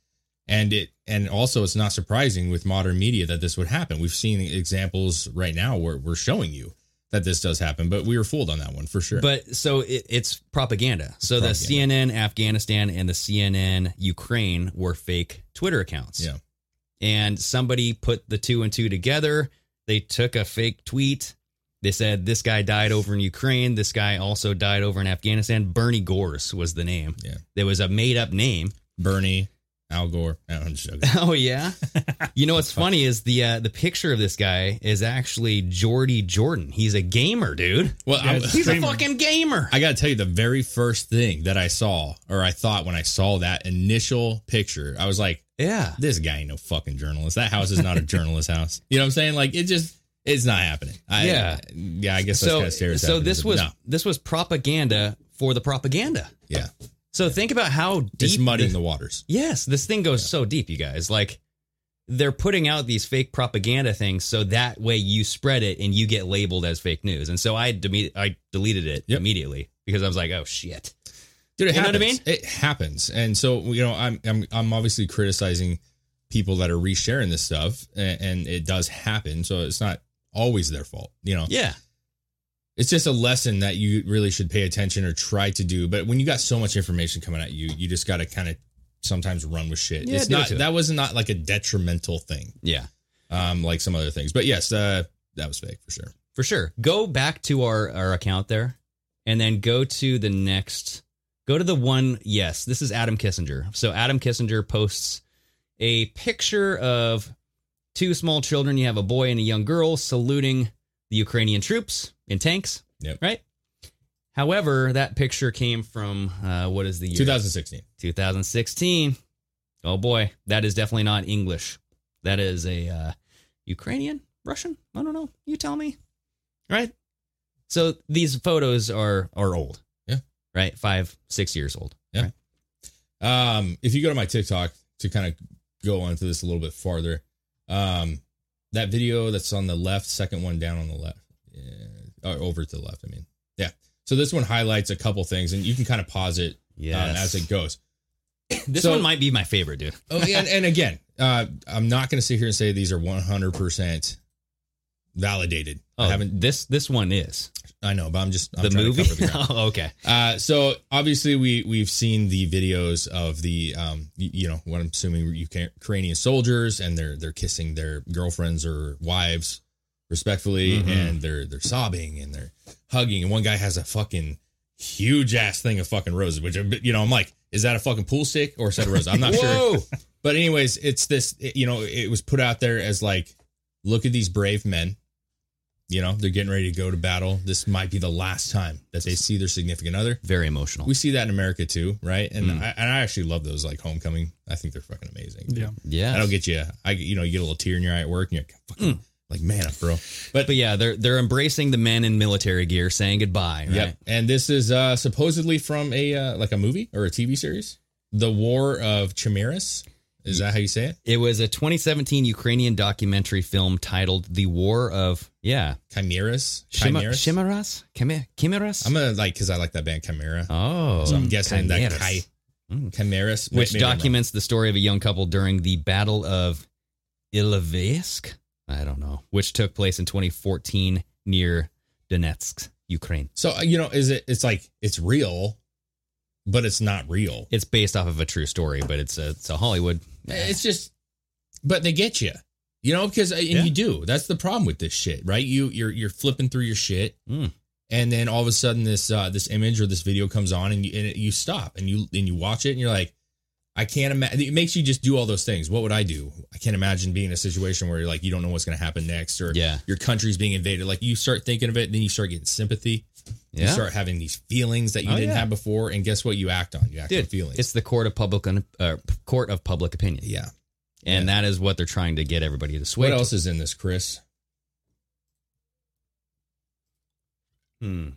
Speaker 6: and it and also it's not surprising with modern media that this would happen. We've seen examples right now where we're showing you that this does happen, but we were fooled on that one for sure.
Speaker 7: but so it, it's propaganda. So
Speaker 6: Propaganda.
Speaker 7: the CNN Afghanistan and the CNN Ukraine were fake Twitter accounts.
Speaker 6: yeah,
Speaker 7: and somebody put the two and two together. They took a fake tweet. They said this guy died over in Ukraine. This guy also died over in Afghanistan. Bernie Gorse was the name.
Speaker 6: Yeah.
Speaker 7: There was a made up name. *laughs*
Speaker 6: Bernie, Al Gore. No, I'm just joking.
Speaker 7: Oh yeah. you know what's funny is the uh, the picture of this guy is actually Jordy Jordan. He's a gamer, dude.
Speaker 6: Well, I'm-
Speaker 7: he's a fucking gamer.
Speaker 6: I got to tell you, the very first thing that I saw or I thought when I saw that initial picture, I was like,
Speaker 7: yeah.
Speaker 6: this guy ain't no fucking journalist. That house is not
Speaker 7: *laughs*
Speaker 6: a journalist house. You know what I'm saying? Like, it just, it's not happening. I,
Speaker 7: Yeah.
Speaker 6: Yeah, I guess
Speaker 7: So
Speaker 6: that's kind of
Speaker 7: so this was
Speaker 6: no,
Speaker 7: this was propaganda for the propaganda.
Speaker 6: yeah.
Speaker 7: So think about how deep
Speaker 6: It's muddying
Speaker 7: this-
Speaker 6: the waters.
Speaker 7: Yes, this thing goes so deep, you guys. Like they're putting out these fake propaganda things so that way you spread it and you get labeled as fake news. And so I deme- I deleted it
Speaker 6: Yep.
Speaker 7: immediately because I was like, oh shit.
Speaker 6: Dude, it
Speaker 7: You know what I
Speaker 6: happens. It happens. And so, you know, I'm, I'm, I'm obviously criticizing people that are resharing this stuff and, and it does happen. So it's not always their fault, you know?
Speaker 7: Yeah.
Speaker 6: it's just a lesson that you really should pay attention or try to do. But when you got so much information coming at you, you just got to kind of sometimes run with shit.
Speaker 7: Yeah,
Speaker 6: it's
Speaker 7: do it
Speaker 6: not
Speaker 7: to it.
Speaker 6: that was not like a detrimental thing,
Speaker 7: Yeah.
Speaker 6: um, like some other things. But yes, uh, that was fake for sure.
Speaker 7: For sure. Go back to our, our account there and then go to the next go to the one yes, this is Adam Kissinger. So Adam Kissinger posts a picture of two small children, you have a boy and a young girl saluting the Ukrainian troops in tanks.
Speaker 6: Yep.
Speaker 7: Right? However, that picture came from uh, what is the year?
Speaker 6: 2016.
Speaker 7: 2016. Oh boy, that is definitely not English. That is a uh, Ukrainian, Russian. I don't know. You tell me, right? So these photos are are old.
Speaker 6: Yeah.
Speaker 7: Right. Five, six years old.
Speaker 6: Yeah.
Speaker 7: Right?
Speaker 6: Um, if you go to my TikTok to kind of go onto this a little bit farther, um, that video that's on the left, second one down on the left, yeah, or over to the left. I mean, yeah. So this one highlights a couple things, and you can kind of pause it
Speaker 7: Yes.
Speaker 6: uh, as it goes.
Speaker 7: This
Speaker 6: So-
Speaker 7: one might be my favorite, dude.
Speaker 6: oh, and, and again, uh, I'm not going to sit here and say these are 100% validated.
Speaker 7: Oh,
Speaker 6: I haven't,
Speaker 7: This this one is
Speaker 6: I know, but I'm just I'm
Speaker 7: the
Speaker 6: trying to
Speaker 7: movie.
Speaker 6: cover the ground.
Speaker 7: *laughs* oh, okay.
Speaker 6: uh, so obviously, we we've seen the videos of the um, you, you know, what I'm assuming were Uka- Ukrainian soldiers, and they're they're kissing their girlfriends or wives respectfully,
Speaker 7: Mhm.
Speaker 6: and they're they're sobbing and they're hugging, and one guy has a fucking huge ass thing of fucking roses, which you know, I'm like, is that a fucking pool stick or a set of roses? I'm not sure.
Speaker 7: Whoa.
Speaker 6: But anyways, it's this. it- you know, it was put out there as like, look at these brave men. You know, they're getting ready to go to battle. This might be the last time that they see their significant other.
Speaker 7: Very emotional.
Speaker 6: We see that in America too, right? And
Speaker 7: Mm.
Speaker 6: I and I actually love those like homecoming. I think they're fucking amazing.
Speaker 8: Yeah.
Speaker 7: yeah.
Speaker 6: That'll get you. I you know you get a little tear in your eye at work, and you're like, fucking, like man up, bro. But
Speaker 7: But yeah, they're they're embracing the men in military gear, saying goodbye. Right?
Speaker 6: Yep. And this is uh supposedly from a uh, like a movie or a TV series. The War of Chimeras. Is that how you say it?
Speaker 7: It was a 2017 Ukrainian documentary film titled "The War of Yeah
Speaker 6: Chimeras?
Speaker 7: Shima-
Speaker 6: Chimeras?
Speaker 7: Chimeras Chime- Chimeras."
Speaker 6: I'm gonna like because I like that band Chimera.
Speaker 7: oh,
Speaker 6: so I'm guessing
Speaker 7: Chimeras.
Speaker 6: that chi- Chimeras,
Speaker 7: which
Speaker 6: maybe I'm wrong.
Speaker 7: documents the story of a young couple during the Battle of Ilovaisk. I don't know, which took place in 2014 near Donetsk, Ukraine.
Speaker 6: So uh, you know, is it? It's like it's real, but it's not real.
Speaker 7: It's based off of a true story, but it's a it's a Hollywood.
Speaker 6: It's just, but they get you, you know, because and
Speaker 7: Yeah.
Speaker 6: you do. That's the problem with this shit, right? You you're you're flipping through your shit,
Speaker 7: Mm.
Speaker 6: and then all of a sudden this uh, this image or this video comes on, and you and it, you stop and you and you watch it, and you're like, I can't imagine. It makes you just do all those things. What would I do? I can't imagine being in a situation where you're like you don't know what's going to happen next, or
Speaker 7: Yeah.
Speaker 6: your country's being invaded. Like you start thinking of it, and then you start getting sympathy. You
Speaker 7: Yeah.
Speaker 6: start having these feelings that you
Speaker 7: Oh,
Speaker 6: didn't
Speaker 7: yeah.
Speaker 6: have before, and guess what? You act on you act on
Speaker 7: Dude,
Speaker 6: feelings.
Speaker 7: it's the court of public uh, court of public opinion.
Speaker 6: yeah.
Speaker 7: and that is what they're trying to get everybody to sway.
Speaker 6: What
Speaker 7: to.
Speaker 6: else is in this, Chris?
Speaker 7: Hmm.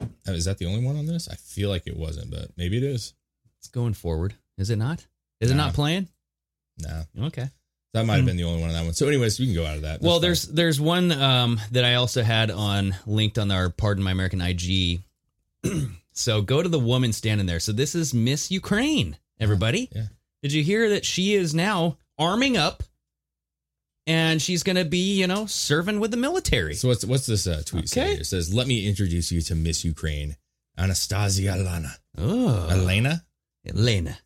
Speaker 6: Uh, Is that the only one on this? I feel like it wasn't, but maybe it is.
Speaker 7: It's going forward, is it not? Is it
Speaker 6: Nah.
Speaker 7: not playing?
Speaker 6: Nah,
Speaker 7: Okay.
Speaker 6: that might have been the only one on that one. So, anyways, we can go out of that. That's
Speaker 7: Hmm. well,
Speaker 6: fine.
Speaker 7: there's there's one um, that I also had on linked on our Pardon My American IG. *clears throat* so go to the woman standing there. So this is Miss Ukraine, everybody.
Speaker 6: Yeah.
Speaker 7: Did you hear that she is now arming up, and she's going to be you know serving with the military?
Speaker 6: so what's what's this uh, tweet say?
Speaker 7: Okay.
Speaker 6: here? It says, "Let me introduce you to Miss Ukraine, Anastasia Lana
Speaker 7: oh,
Speaker 6: Elena."
Speaker 7: Elena.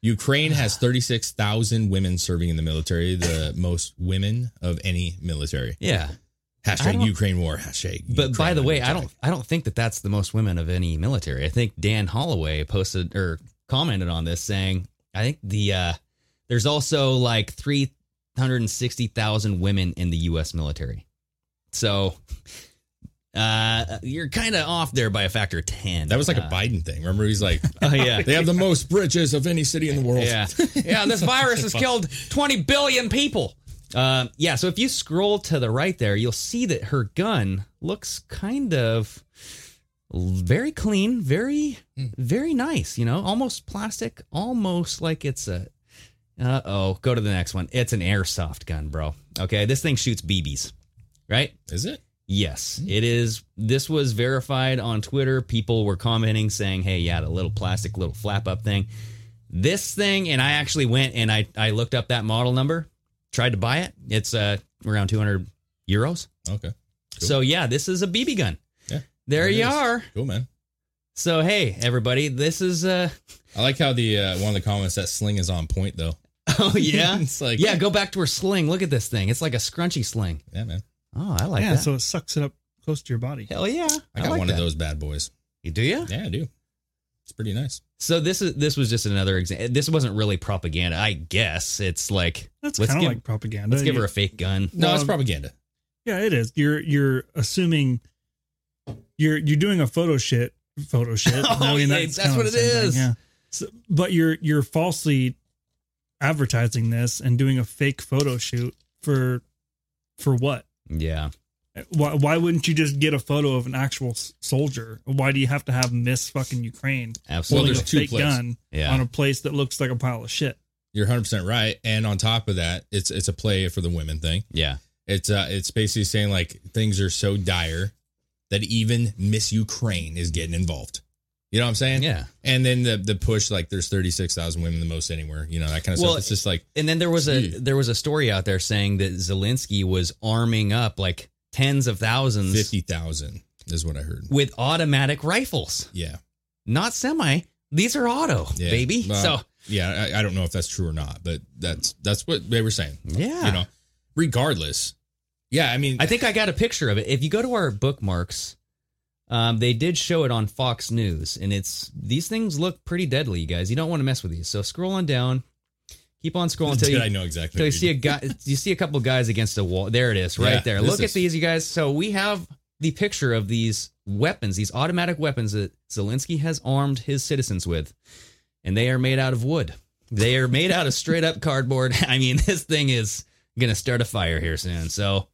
Speaker 6: Ukraine
Speaker 7: *sighs*
Speaker 6: has 36,000 women serving in the military,
Speaker 7: *laughs*
Speaker 6: the most women of any military.
Speaker 7: Yeah, I
Speaker 6: Hashtag
Speaker 7: don't-
Speaker 6: Ukraine war. Hashtag.
Speaker 7: but by
Speaker 6: Ukraine
Speaker 7: the way, I
Speaker 6: attack.
Speaker 7: don't I don't think that that's the most women of any military. I think Dan Holloway posted or commented on this saying, I think the uh, there's also like three hundred and sixty thousand women in the U.S. military. So uh, you're kind of off there by a factor of ten.
Speaker 6: That was like
Speaker 7: Uh,
Speaker 6: a Biden thing. Remember, he's
Speaker 7: *laughs*
Speaker 6: like, *laughs*
Speaker 7: Oh yeah.
Speaker 6: they have the most bridges of any city in the world.
Speaker 7: Yeah, *laughs* yeah. This virus has killed 20 billion people. Um, yeah. So if you scroll to the right there, you'll see that her gun looks kind of very clean, very, very nice. You know, almost plastic, almost like it's a. Uh oh. Go to the next one. It's an airsoft gun, bro. Okay, this thing shoots BBs, right?
Speaker 6: Is it?
Speaker 7: Yes,
Speaker 6: Hmm.
Speaker 7: it is. This was verified on Twitter. People were commenting saying, "Hey, yeah, the little plastic little flap up thing." This thing, and I actually went and I I looked up that model number, tried to buy it. It's uh around 200 euros.
Speaker 6: Okay.
Speaker 7: So yeah, this is a BB gun.
Speaker 6: Yeah.
Speaker 7: There
Speaker 6: It
Speaker 7: you
Speaker 6: is.
Speaker 7: are.
Speaker 6: Cool, man.
Speaker 7: So hey, everybody, this is uh
Speaker 6: I like how the uh, one of the comments that sling is on point though.
Speaker 7: *laughs* oh yeah.
Speaker 6: *laughs* It's like-
Speaker 7: yeah, go back to her sling. Look at this thing. It's like a scrunchy sling.
Speaker 6: Yeah, man.
Speaker 7: Oh, I like
Speaker 8: yeah,
Speaker 7: that.
Speaker 8: so it sucks it up close to your body.
Speaker 7: Hell yeah.
Speaker 6: I got
Speaker 7: like
Speaker 6: one of
Speaker 7: that.
Speaker 6: those bad boys.
Speaker 7: Do you?
Speaker 6: Yeah, I do. It's pretty nice.
Speaker 7: So this is this was just another example. This wasn't really propaganda, I guess. It's like
Speaker 8: That's
Speaker 7: let's
Speaker 8: kind of
Speaker 7: give-
Speaker 8: like propaganda.
Speaker 7: let's give her
Speaker 8: You-
Speaker 7: a fake gun.
Speaker 6: No,
Speaker 8: Well,
Speaker 6: it's propaganda.
Speaker 8: Yeah, it is. You're you're assuming you're you're doing a photo shit photo shit.
Speaker 7: *laughs* Oh, yeah, that's
Speaker 8: kinda
Speaker 7: what
Speaker 8: the
Speaker 7: it
Speaker 8: same thing,
Speaker 7: is.
Speaker 8: yeah. So, but you're you're falsely advertising this and doing a fake photo shoot for for what?
Speaker 7: Yeah,
Speaker 8: Why, why wouldn't you just get a photo of an actual s- soldier? Why do you have to have Miss fucking Ukraine
Speaker 6: Well,
Speaker 7: absolutely.
Speaker 8: holding
Speaker 6: there's
Speaker 8: a
Speaker 6: two
Speaker 8: fake
Speaker 6: places.
Speaker 8: gun
Speaker 7: Yeah.
Speaker 8: on a place that looks like a pile of shit?
Speaker 6: You're 100 percent right. And on top of that, it's it's a play for the women thing.
Speaker 7: yeah,
Speaker 6: It's uh, it's basically saying like things are so dire that even Miss Ukraine is getting involved. You know what I'm saying?
Speaker 7: Yeah.
Speaker 6: And then the the push like there's 36,000 women the most anywhere. You know that kind of
Speaker 7: Well,
Speaker 6: stuff. It's just like
Speaker 7: and then there was a
Speaker 6: Gee.
Speaker 7: there was a story out there saying that Zelensky was arming up like tens of thousands
Speaker 6: 50,000 is what I heard.
Speaker 7: with automatic rifles,
Speaker 6: Yeah.
Speaker 7: not semi. These are auto,
Speaker 6: Yeah.
Speaker 7: baby.
Speaker 6: Well,
Speaker 7: so
Speaker 6: yeah, I, I don't know if that's true or not, but that's that's what they were saying.
Speaker 7: Yeah.
Speaker 6: you know, regardless. Yeah, I mean,
Speaker 7: I think I got a picture of it. If you go to our bookmarks, um, they did show it on Fox News, and it's these things look pretty deadly, you guys. You don't want to mess with these. So scroll on down. Keep on scrolling until
Speaker 6: Dude,
Speaker 7: you
Speaker 6: I know exactly.
Speaker 7: So you
Speaker 6: what
Speaker 7: see a guy, you see a couple guys against a wall. There it is, right
Speaker 6: Yeah,
Speaker 7: there.
Speaker 6: this
Speaker 7: Look
Speaker 6: is-
Speaker 7: at these, you guys. So we have the picture of these weapons, these automatic weapons that Zelensky has armed his citizens with, and they are made out of wood. They are made out of straight up cardboard. *laughs* I mean, this thing is gonna start a fire here soon. So,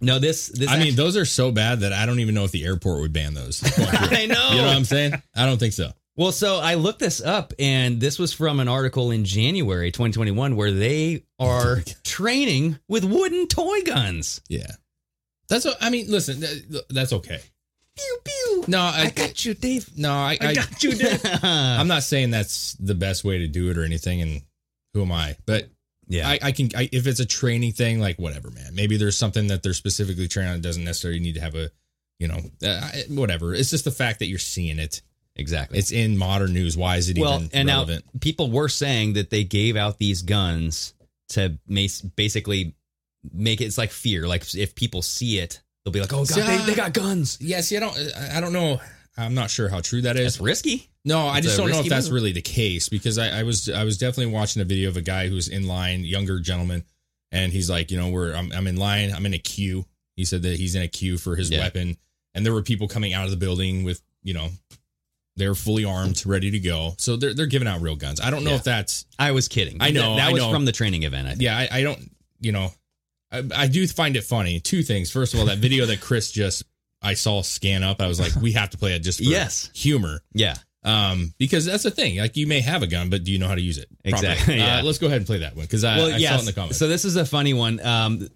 Speaker 7: no, this, this.
Speaker 6: I mean,
Speaker 7: act-
Speaker 6: those are so bad that I don't even know if the airport would ban those. *laughs* you know
Speaker 7: *laughs* I know.
Speaker 6: what I'm saying? I don't think so.
Speaker 7: Well, so I looked this up, and this was from an article in January 2021 where they
Speaker 6: *laughs*
Speaker 7: are training with wooden toy guns. *laughs*
Speaker 6: Yeah, that's. What, I mean, listen, th- that's okay.
Speaker 7: Pew pew.
Speaker 6: No, I,
Speaker 7: you, Dave.
Speaker 6: no, I, I,
Speaker 7: you, Dave.
Speaker 9: *laughs*
Speaker 6: I'm not saying that's the best way to do it or anything. And who am I? But
Speaker 7: yeah.
Speaker 6: I, I can I, if it's a training thing, like whatever, man. Maybe there's something that they're specifically training on that doesn't necessarily need to have a, you know, uh, I- whatever. It's just the fact that you're seeing it.
Speaker 7: exactly.
Speaker 6: It's in modern news. Why is it
Speaker 7: well,
Speaker 6: even
Speaker 7: and
Speaker 6: relevant?
Speaker 7: now people were saying that they gave out these guns to ma- basically make it. It's like fear. Like if people see it, they'll be like, "Oh God,
Speaker 6: See,
Speaker 7: they, they got guns."
Speaker 6: yeah, see, I don't, I- I don't know. I'm not sure how true that is.
Speaker 7: It's risky.
Speaker 6: No, I
Speaker 7: It's
Speaker 6: just
Speaker 7: a
Speaker 6: don't know if
Speaker 7: risky
Speaker 6: that's
Speaker 7: move.
Speaker 6: really the case because I, I was I was definitely watching a video of a guy who's in line, younger gentleman, and he's like, you know, we're I'm, I'm in line, I'm in a queue. He said that he's in a queue for his
Speaker 7: Yeah.
Speaker 6: weapon, and there were people coming out of the building with, you know, they're fully armed, ready to go. So they're they're giving out real guns. I don't know
Speaker 7: Yeah.
Speaker 6: if that's
Speaker 7: I was kidding.
Speaker 6: I know,
Speaker 7: that, that
Speaker 6: I
Speaker 7: was
Speaker 6: know.
Speaker 7: from the training event. I think.
Speaker 6: yeah. I, I don't you know, I, I do find it funny. Two things. First of all, that video that Chris just I saw scan up, I was like, we have to play it just for
Speaker 7: Yes.
Speaker 6: humor.
Speaker 7: Yeah.
Speaker 6: Um, because that's the thing. Like you may have a gun, but do you know how to use it? properly?
Speaker 7: Exactly, *laughs* yeah.
Speaker 6: Uh, let's go ahead and play that one because
Speaker 7: Uh,
Speaker 6: I, I saw it in the comments.
Speaker 7: So this is a funny one. Um,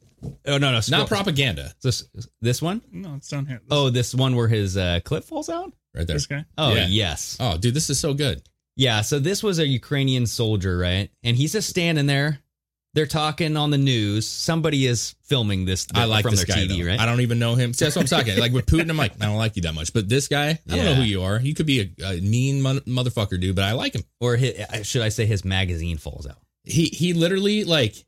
Speaker 7: oh no, no, scroll-
Speaker 6: Not propaganda.
Speaker 7: This, this one.
Speaker 8: No, it's down here. This,
Speaker 7: Oh, this one where his uh, clip falls out.
Speaker 6: Right there.
Speaker 8: this guy.
Speaker 7: Oh
Speaker 6: Yeah.
Speaker 7: yes.
Speaker 6: Oh, dude, this is so good.
Speaker 7: Yeah, so this was a Ukrainian soldier, right? And he's just standing there. They're talking on the news. Somebody is filming this
Speaker 6: I like
Speaker 7: from
Speaker 6: this
Speaker 7: their
Speaker 6: guy.
Speaker 7: TV,
Speaker 6: though.
Speaker 7: right?
Speaker 6: I don't even know him. See, that's what I'm talking. like with Putin, I'm like, I don't like you that much. But this guy, I don't know
Speaker 7: Yeah.
Speaker 6: who you are. You could be a, a mean mon- motherfucker, dude, but I like him.
Speaker 7: or his, should I say his magazine falls out?
Speaker 6: He he literally like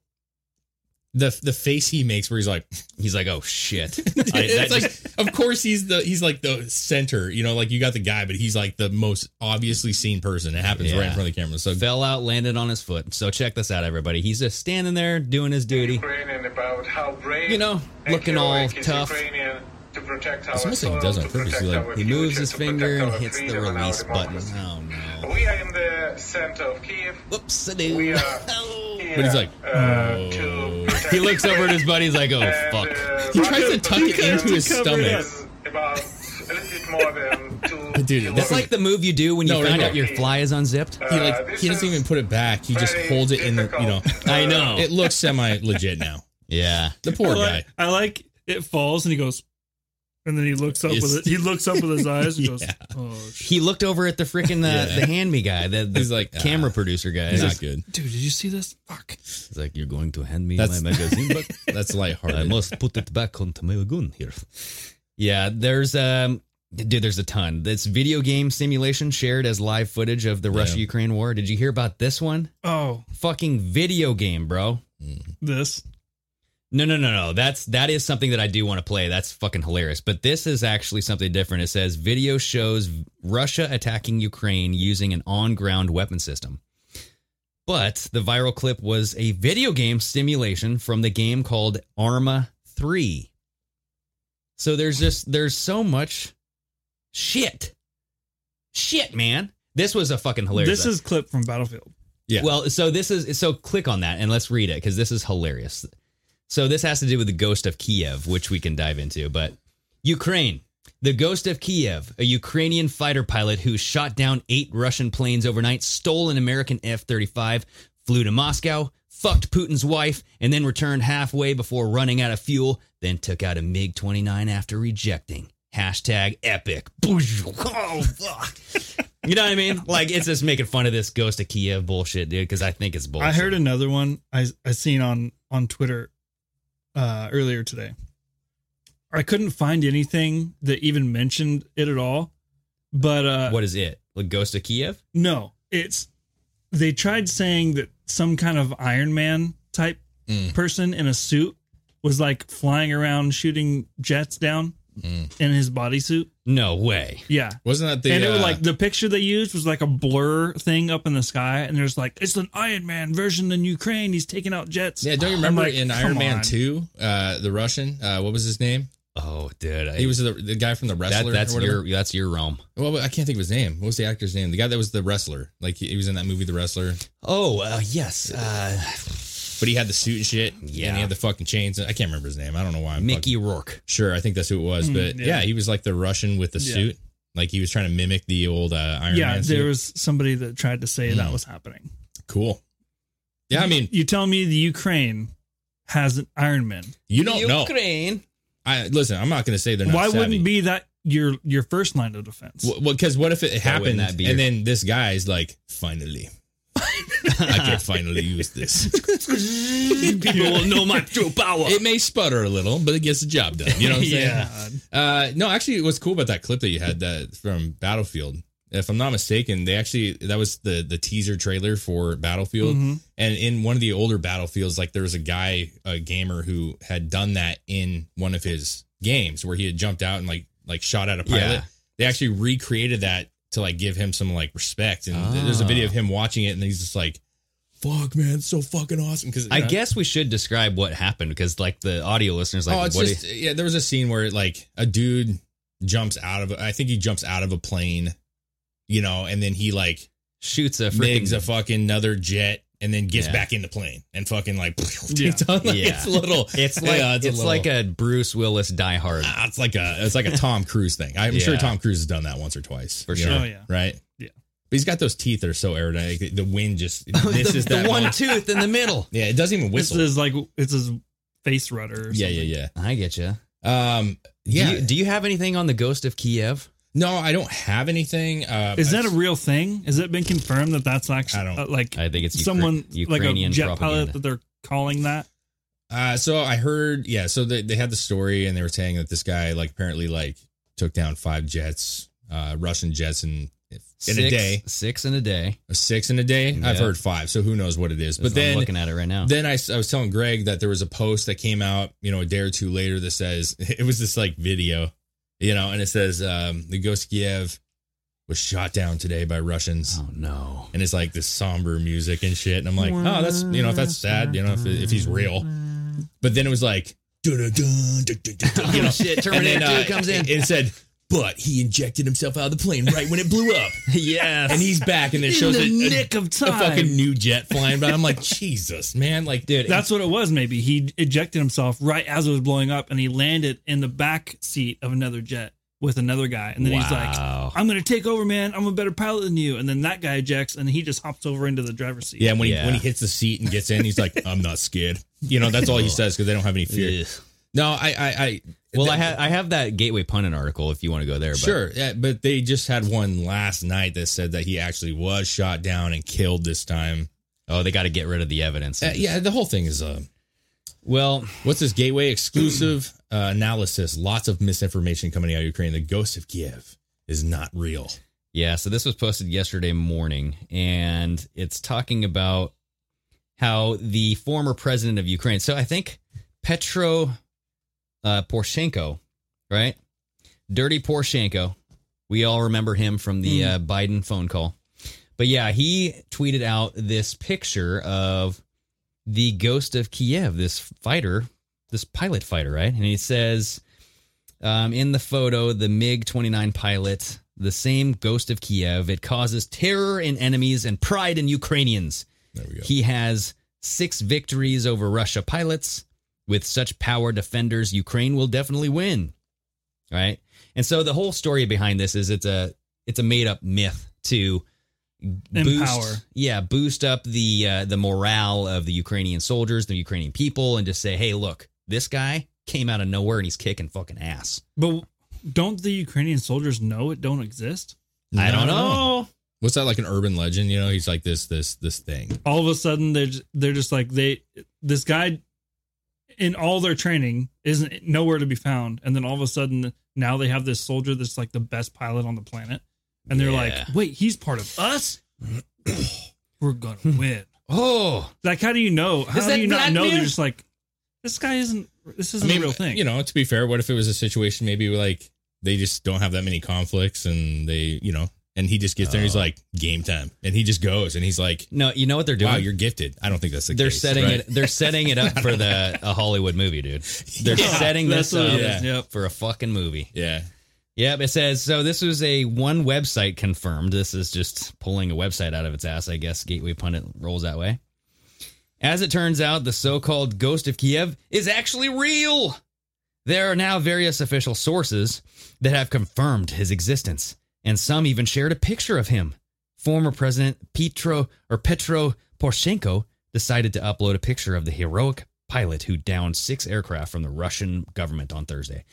Speaker 6: the the face he makes where he's like, *laughs*
Speaker 7: He's like, "Oh *laughs* shit!" I- that
Speaker 6: it's like,
Speaker 7: just-
Speaker 6: of course he's the he's like the center. You know, like you got the guy, but he's like the most obviously seen person. It happens right in
Speaker 7: Yeah.
Speaker 6: front of the camera. So
Speaker 7: fell out, landed on his foot. So check this out, everybody. He's just standing there doing his duty. You know, looking all tough.
Speaker 6: It's almost like he does it on purpose. He, like,
Speaker 7: He moves his finger and hits the release button. Oh no!
Speaker 9: We are in the center of Kiev.
Speaker 7: Whoops!
Speaker 9: We
Speaker 7: *laughs*
Speaker 9: are
Speaker 7: Oh.
Speaker 6: But he's like,
Speaker 9: uh,
Speaker 6: "Oh."
Speaker 9: to protect
Speaker 7: He looks over at his buddy. He's like, "Oh
Speaker 9: and,
Speaker 7: fuck!"
Speaker 9: uh,
Speaker 6: He tries to tuck it
Speaker 9: Russia
Speaker 6: into his
Speaker 9: is
Speaker 6: stomach.
Speaker 9: About a little bit more than two
Speaker 6: *laughs* Dude, that's
Speaker 7: That's like the move you do when you
Speaker 6: No, right
Speaker 7: find
Speaker 6: here.
Speaker 7: out your fly is unzipped.
Speaker 6: he like he doesn't even put it back. He just
Speaker 9: very
Speaker 6: holds it in the you know.
Speaker 9: difficult.
Speaker 7: I know.
Speaker 6: It looks semi legit now.
Speaker 7: Yeah.
Speaker 6: The poor
Speaker 8: I
Speaker 6: guy.
Speaker 8: like, I like it falls and he goes, and then he looks up
Speaker 6: Yes.
Speaker 8: with it. He looks up with his eyes and
Speaker 6: *laughs*
Speaker 8: goes,
Speaker 6: Yeah.
Speaker 8: "Oh shit,
Speaker 7: He looked over at the freaking uh,
Speaker 6: *laughs* Yeah.
Speaker 7: the hand me guy, the, the
Speaker 6: He's like,
Speaker 7: camera
Speaker 6: "Ah,
Speaker 7: producer guy.
Speaker 6: It's
Speaker 7: He's
Speaker 6: not
Speaker 7: just-
Speaker 6: good.
Speaker 8: dude, did you see this? Fuck."
Speaker 7: he's like, you're going to hand me
Speaker 6: That's
Speaker 7: my magazine *laughs* book.
Speaker 6: That's
Speaker 7: I
Speaker 6: lighthearted.
Speaker 7: must put it back onto my gun here. Yeah, there's um, dude, there's a ton. This video game simulation shared as live footage of the Russia Ukraine war. Did you hear about this one?
Speaker 8: Oh,
Speaker 7: Fucking video game, bro.
Speaker 8: this.
Speaker 7: No, no, no, no. That's that is something that I do want to play. That's fucking hilarious. But this is actually something different. It says video shows Russia attacking Ukraine using an on-ground weapon system. But the viral clip was a video game simulation from the game called Arma 3. So there's just there's so much shit. Shit, man. This was a fucking hilarious.
Speaker 8: This is clip from Battlefield.
Speaker 6: Yeah.
Speaker 7: Well, so this is so click on that and let's read it because this is hilarious. So this has to do with the ghost of Kiev, which we can dive into, but Ukraine. The ghost of Kiev, a Ukrainian fighter pilot who shot down eight Russian planes overnight, stole an American F 35, flew to Moscow, fucked Putin's wife, and then returned halfway before running out of fuel, then took out a MiG 29 after rejecting. Hashtag epic. *laughs* Oh, fuck. You know what I mean? Like it's just making fun of this ghost of Kiev bullshit, dude. Because I think it's bullshit.
Speaker 8: I heard another one I I seen on on Twitter uh earlier today. I couldn't find anything that even mentioned it at all. But uh
Speaker 7: What is it? Like ghost of Kiev?
Speaker 8: no, it's they tried saying that some kind of Iron Man
Speaker 7: Mm.
Speaker 8: type person in a suit was like flying around shooting jets down.
Speaker 7: Mm.
Speaker 8: in his bodysuit.
Speaker 7: No way.
Speaker 8: Yeah.
Speaker 6: Wasn't that the
Speaker 8: and it was
Speaker 6: uh,
Speaker 8: like the picture they used was like a blur thing up in the sky, and there's like it's an Iron Man version in Ukraine. He's taking out jets.
Speaker 6: Yeah, don't you
Speaker 8: I'm
Speaker 6: remember
Speaker 8: like,
Speaker 6: in
Speaker 8: come
Speaker 6: Iron Man
Speaker 8: on.
Speaker 6: Two, uh, the Russian, uh, what was his name?
Speaker 7: Oh, dude. I,
Speaker 6: He was the, the guy from the
Speaker 7: that,
Speaker 6: wrestler.
Speaker 7: that's
Speaker 6: or whatever.
Speaker 7: your that's your realm.
Speaker 6: Well, I can't think of his name. What was the actor's name? The guy that was the wrestler. Like he, he was in that movie, The Wrestler,
Speaker 7: Oh uh, yes, uh,
Speaker 6: but he had the suit and shit.
Speaker 7: Yeah.
Speaker 6: and he had the fucking chains. I can't remember his name. I don't know why. I'm fucking-
Speaker 7: Mickey Rourke.
Speaker 6: Sure, I think that's who it was. But yeah.
Speaker 8: Mm-hmm. yeah.
Speaker 6: he was like the Russian with the
Speaker 8: Yeah.
Speaker 6: suit. Like he was trying to mimic the old uh, Iron
Speaker 8: yeah,
Speaker 6: Man. Hmm.
Speaker 8: there
Speaker 6: suit.
Speaker 8: was somebody that tried to say that was happening.
Speaker 6: cool. Yeah, I mean,
Speaker 8: You tell me the Ukraine has an Iron Man.
Speaker 6: you don't know.
Speaker 7: Ukraine.
Speaker 6: I listen. I'm not going to say they're not.
Speaker 8: Why
Speaker 6: savvy.
Speaker 8: wouldn't be that your your first line of defense?
Speaker 6: Well, because what if it happened
Speaker 7: wouldn't that be
Speaker 6: and
Speaker 7: your-
Speaker 6: then this guy's like, *laughs* finally, I can finally use this.
Speaker 7: *laughs* People will know my *laughs* true power.
Speaker 6: It may sputter a little, but it gets the job done. You know what I'm *laughs* saying?
Speaker 8: Yeah.
Speaker 6: Uh, no, actually, what's cool about that clip that you had that from Battlefield, if I'm not mistaken, they actually that was the the teaser trailer for Battlefield,
Speaker 7: Mm-hmm.
Speaker 6: and in one of the older Battlefields, like there was a guy, a gamer who had done that in one of his games where he had jumped out and like like shot at a pilot.
Speaker 7: Yeah.
Speaker 6: They actually recreated that to like give him some like respect, and there's a
Speaker 7: Ah.
Speaker 6: video of him watching it, and he's just like. Fuck man, it's so fucking awesome. Because
Speaker 7: I guess we should describe what happened because, like, the audio listeners, like,
Speaker 6: oh, it's
Speaker 7: what
Speaker 6: just yeah. There was a scene where like a dude jumps out of. I think he jumps out of a plane, you know, and then he like
Speaker 7: shoots a
Speaker 6: rigs
Speaker 7: freaking
Speaker 6: a fucking another jet and then gets
Speaker 7: Yeah.
Speaker 6: back in the plane and fucking like. *laughs*
Speaker 8: Yeah.
Speaker 6: it's on, like,
Speaker 7: *laughs* Yeah.
Speaker 6: It's little.
Speaker 7: It's like
Speaker 6: yeah,
Speaker 7: it's,
Speaker 6: a
Speaker 7: like
Speaker 6: little-
Speaker 7: a Bruce Willis Die Hard.
Speaker 6: ah, It's like a it's like a Tom Cruise thing. I'm sure
Speaker 7: Yeah.
Speaker 6: Tom Cruise has done that once or twice
Speaker 7: For
Speaker 6: you
Speaker 7: sure.
Speaker 6: know,
Speaker 8: Oh, yeah.
Speaker 6: right?
Speaker 8: Yeah.
Speaker 6: But he's got those teeth that are so aerodynamic. The- The wind just this
Speaker 7: *laughs* the,
Speaker 6: is
Speaker 7: the
Speaker 6: that
Speaker 7: one
Speaker 6: moment.
Speaker 7: tooth in the middle.
Speaker 6: Yeah, it doesn't even
Speaker 8: This
Speaker 6: whistle.
Speaker 8: is like it's his face rudder. Or
Speaker 6: yeah,
Speaker 8: something.
Speaker 6: yeah,
Speaker 7: *laughs* I get you.
Speaker 6: yeah. Um, yeah.
Speaker 7: Do you, do you have anything on the Ghost of Kiev?
Speaker 6: no, I don't have anything. Uh,
Speaker 8: Is
Speaker 6: I-
Speaker 8: that a real thing? Has it been confirmed that that's actually
Speaker 6: I don't-
Speaker 8: uh, like
Speaker 7: I think it's Ukra-
Speaker 8: someone
Speaker 7: Ukrainian
Speaker 8: like a jet
Speaker 7: propaganda.
Speaker 8: pilot that they're calling that?
Speaker 6: Uh, so I heard, yeah. So they, they had the story, and they were saying that this guy, like, apparently, like, took down five jets, uh, Russian jets, in in a
Speaker 7: Six-
Speaker 6: day,
Speaker 7: Six in a day.
Speaker 6: six in a day. I've
Speaker 7: Yeah.
Speaker 6: heard five, so who knows what it is? But
Speaker 7: But then
Speaker 6: then,
Speaker 7: I'm looking at it right now.
Speaker 6: then I, s- I was telling Greg that there was a post that came out, you know, a day or two later that says *laughs* it was this like video, you know, and it says um, the Ghost of Kiev was shot down today by Russians.
Speaker 7: oh no.
Speaker 6: And it's like this somber music and shit. And I'm like, oh, that's, you know, if that's sad, you know, if, if he's real. But then it was like, dun-dun-dun, dun-dun-dun, you know,
Speaker 7: Oh, *laughs* shit,
Speaker 6: and then,
Speaker 7: Terminator
Speaker 6: uh,
Speaker 7: 2 comes in.
Speaker 6: It, it said, but he injected himself out of the plane right when it blew up.
Speaker 7: *laughs* yes.
Speaker 6: And he's back. And it shows
Speaker 8: the
Speaker 6: a, a-
Speaker 8: nick of
Speaker 6: a
Speaker 8: time.
Speaker 6: fucking new jet flying by. I'm like, Jesus, man. Like, dude,
Speaker 8: That's what it was. Maybe he ejected himself right as it was blowing up, and he landed in the back seat of another jet with another guy. And then he's
Speaker 7: Wow.
Speaker 8: like, "I'm gonna take over, man. I'm a better pilot than you." And then that guy ejects, and he just hops over into the driver's seat.
Speaker 6: yeah, and when, He,
Speaker 7: Yeah.
Speaker 6: when he hits the seat and gets in, he's like, I'm not scared. You know, that's all
Speaker 7: *laughs*
Speaker 6: he says because they don't have any fear.
Speaker 7: Ugh.
Speaker 6: No, I, I, I,
Speaker 7: Well, I have I have that Gateway Pundit article if you want to go there. But
Speaker 6: Sure, yeah, but they just had one last night that said that he actually was shot down and killed this time.
Speaker 7: Oh, they got to get rid of the evidence.
Speaker 6: Uh, yeah, the whole thing is uh,
Speaker 7: Well,
Speaker 6: what's this gateway exclusive *clears throat* uh, analysis? Lots of misinformation coming out of Ukraine. The ghost of Kiev is not real.
Speaker 7: Yeah, so this was posted yesterday morning, and it's talking about how the former president of Ukraine. So I think Petro uh, Poroshenko, right? Dirty Poroshenko. We all remember him from the uh, Biden phone call. But yeah, he tweeted out this picture of the ghost of Kiev, this fighter, this pilot fighter, right? And he says, um, in the photo, the MiG 29 pilot, the same ghost of Kiev. It causes terror in enemies and pride in Ukrainians.
Speaker 6: There we go.
Speaker 7: He has six victories over Russia pilots. With such power defenders, Ukraine will definitely win. Right? And so the whole story behind this is it's a it's a made up myth to
Speaker 8: Empower.
Speaker 7: boost yeah, boost up the uh, the morale of the Ukrainian soldiers, the Ukrainian people, and just say, hey, look, this guy came out of nowhere and he's kicking fucking ass.
Speaker 8: But don't the Ukrainian soldiers know it don't exist?
Speaker 7: I don't
Speaker 6: No, no.
Speaker 7: know.
Speaker 6: What's that like an urban legend? You know, he's like this, this, this thing.
Speaker 8: All of a sudden, they're just, they're just like they. This guy, in all their training, isn't nowhere to be found, and then all of a sudden, now they have this soldier that's like the best pilot on the planet, and they're
Speaker 7: Yeah.
Speaker 8: like, "Wait, he's part
Speaker 6: *clears throat*
Speaker 8: of us. We're gonna win."
Speaker 7: Oh,
Speaker 8: Like, how do you know? How
Speaker 7: Is
Speaker 8: do
Speaker 7: that
Speaker 8: you not know?
Speaker 7: Vladimir?
Speaker 8: They're just like, this guy isn't This
Speaker 6: I
Speaker 8: isn't
Speaker 6: mean,
Speaker 8: a real thing.
Speaker 6: You know, to be fair, what if it was a situation maybe like they just don't have that many conflicts and they, you know, and he just gets there and he's like, game time. And he just goes and he's like,
Speaker 7: No, you know what they're doing.
Speaker 6: wow, you're gifted. I don't think that's the
Speaker 7: they're
Speaker 6: case.
Speaker 7: setting
Speaker 6: right?
Speaker 7: it. They're setting
Speaker 6: *laughs*
Speaker 7: it up for the a Hollywood movie, dude. They're
Speaker 6: Yeah,
Speaker 7: setting
Speaker 8: that's
Speaker 7: this
Speaker 8: what
Speaker 7: up
Speaker 8: it is, yep.
Speaker 7: for a fucking movie.
Speaker 6: Yeah.
Speaker 7: Yep, it says so. This was a one website confirmed. This is just pulling a website out of its ass, I guess. Gateway pundit rolls that way. As it turns out, the so-called Ghost of Kiev is actually real. There are now various official sources that have confirmed his existence, and some even shared a picture of him. Former President Petro or Petro Poroshenko decided to upload a picture of the heroic pilot who downed six aircraft from the Russian government on Thursday.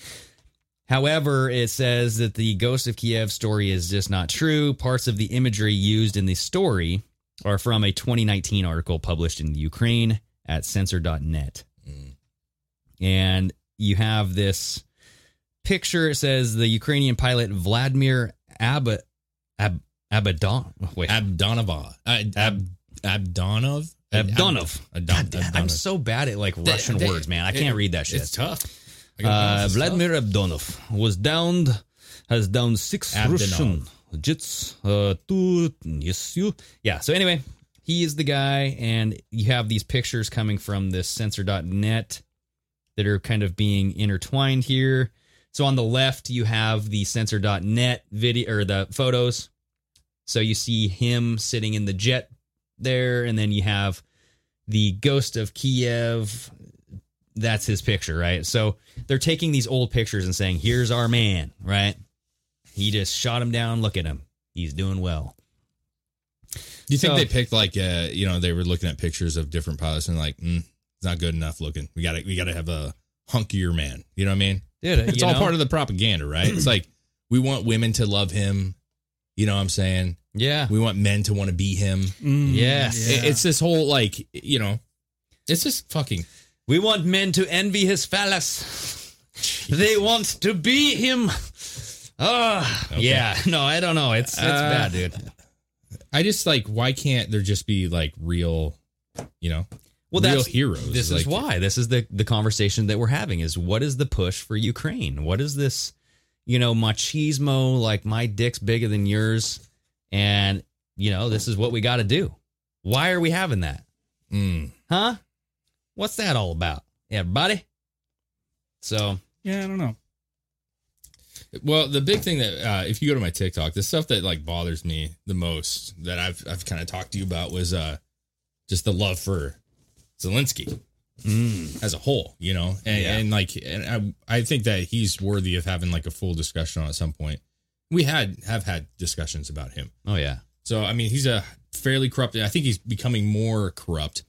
Speaker 7: However, it says that the Ghost of Kiev story is just not true. Parts of the imagery used in the story are from a 2019 article published in Ukraine at censor.net.
Speaker 6: Mm.
Speaker 7: And you have this picture. It says the Ukrainian pilot Vladimir Ab- Ab- Abadon. Wait,
Speaker 6: Abdonova. Uh, Ab, Abdonov?
Speaker 7: Abdonov.
Speaker 6: Abdon-
Speaker 7: God damn, I'm
Speaker 6: Abdonov.
Speaker 7: so bad at like Russian
Speaker 6: They- they-
Speaker 7: words, man. I can't
Speaker 6: it-
Speaker 7: read that shit.
Speaker 6: It's tough. I gotta
Speaker 7: Uh,
Speaker 6: pronounce this
Speaker 7: Vladimir Abdonov was downed, has downed six
Speaker 6: Abdonov.
Speaker 7: Russian jets. Uh, two, yes, you. Yeah. So anyway, he is the guy, and you have these pictures coming from this censor.net that are kind of being intertwined here. So on the left, you have the censor.net video or the photos. So you see him sitting in the jet there, and then you have the ghost of Kiev. That's his picture, right? So they're taking these old pictures and saying, "Here's our man," right? He just shot him down. Look at him; he's doing well.
Speaker 6: Do you think
Speaker 7: So-
Speaker 6: they picked like uh you know they were looking at pictures of different pilots and like mm, it's not good enough looking. We got to we got to have a hunkier man. You know what I *laughs* mean?
Speaker 7: Dude,
Speaker 6: It's all part of the propaganda, right? it's like we want women to love him. You know what I'm saying?
Speaker 7: yeah.
Speaker 6: We want men to want to be him.
Speaker 8: Mm,
Speaker 7: Yes.
Speaker 6: It- It's this whole like you know, it's just fucking
Speaker 7: We want men to envy his phallus. They want to be him. Ah, yeah. *laughs* No, I don't know. It's it's
Speaker 6: Uh,
Speaker 7: bad, dude.
Speaker 6: I just like why can't there just be like real, you know?
Speaker 7: Well,
Speaker 6: real
Speaker 7: that's
Speaker 6: heroes.
Speaker 7: This is
Speaker 6: Like,
Speaker 7: why. This is the the conversation that we're having. Is what is the push for Ukraine? What is this? You know, machismo. Like my dick's bigger than yours, and you know this is what we got to do. Why are we having that?
Speaker 6: Mm,
Speaker 7: Huh? What's that all about, everybody? So
Speaker 8: Yeah, I don't know.
Speaker 6: Well, the big thing that uh, if you go to my TikTok, the stuff that like bothers me the most that I've I've kind of talked to you about was uh just the love for Zelensky as a whole, you know, and,
Speaker 7: Mm. Yeah.
Speaker 6: and like and I I think that he's worthy of having like a full discussion on at some point. We had have had discussions about him,
Speaker 7: oh yeah,
Speaker 6: so I mean he's a fairly corrupt. I think he's becoming more corrupt.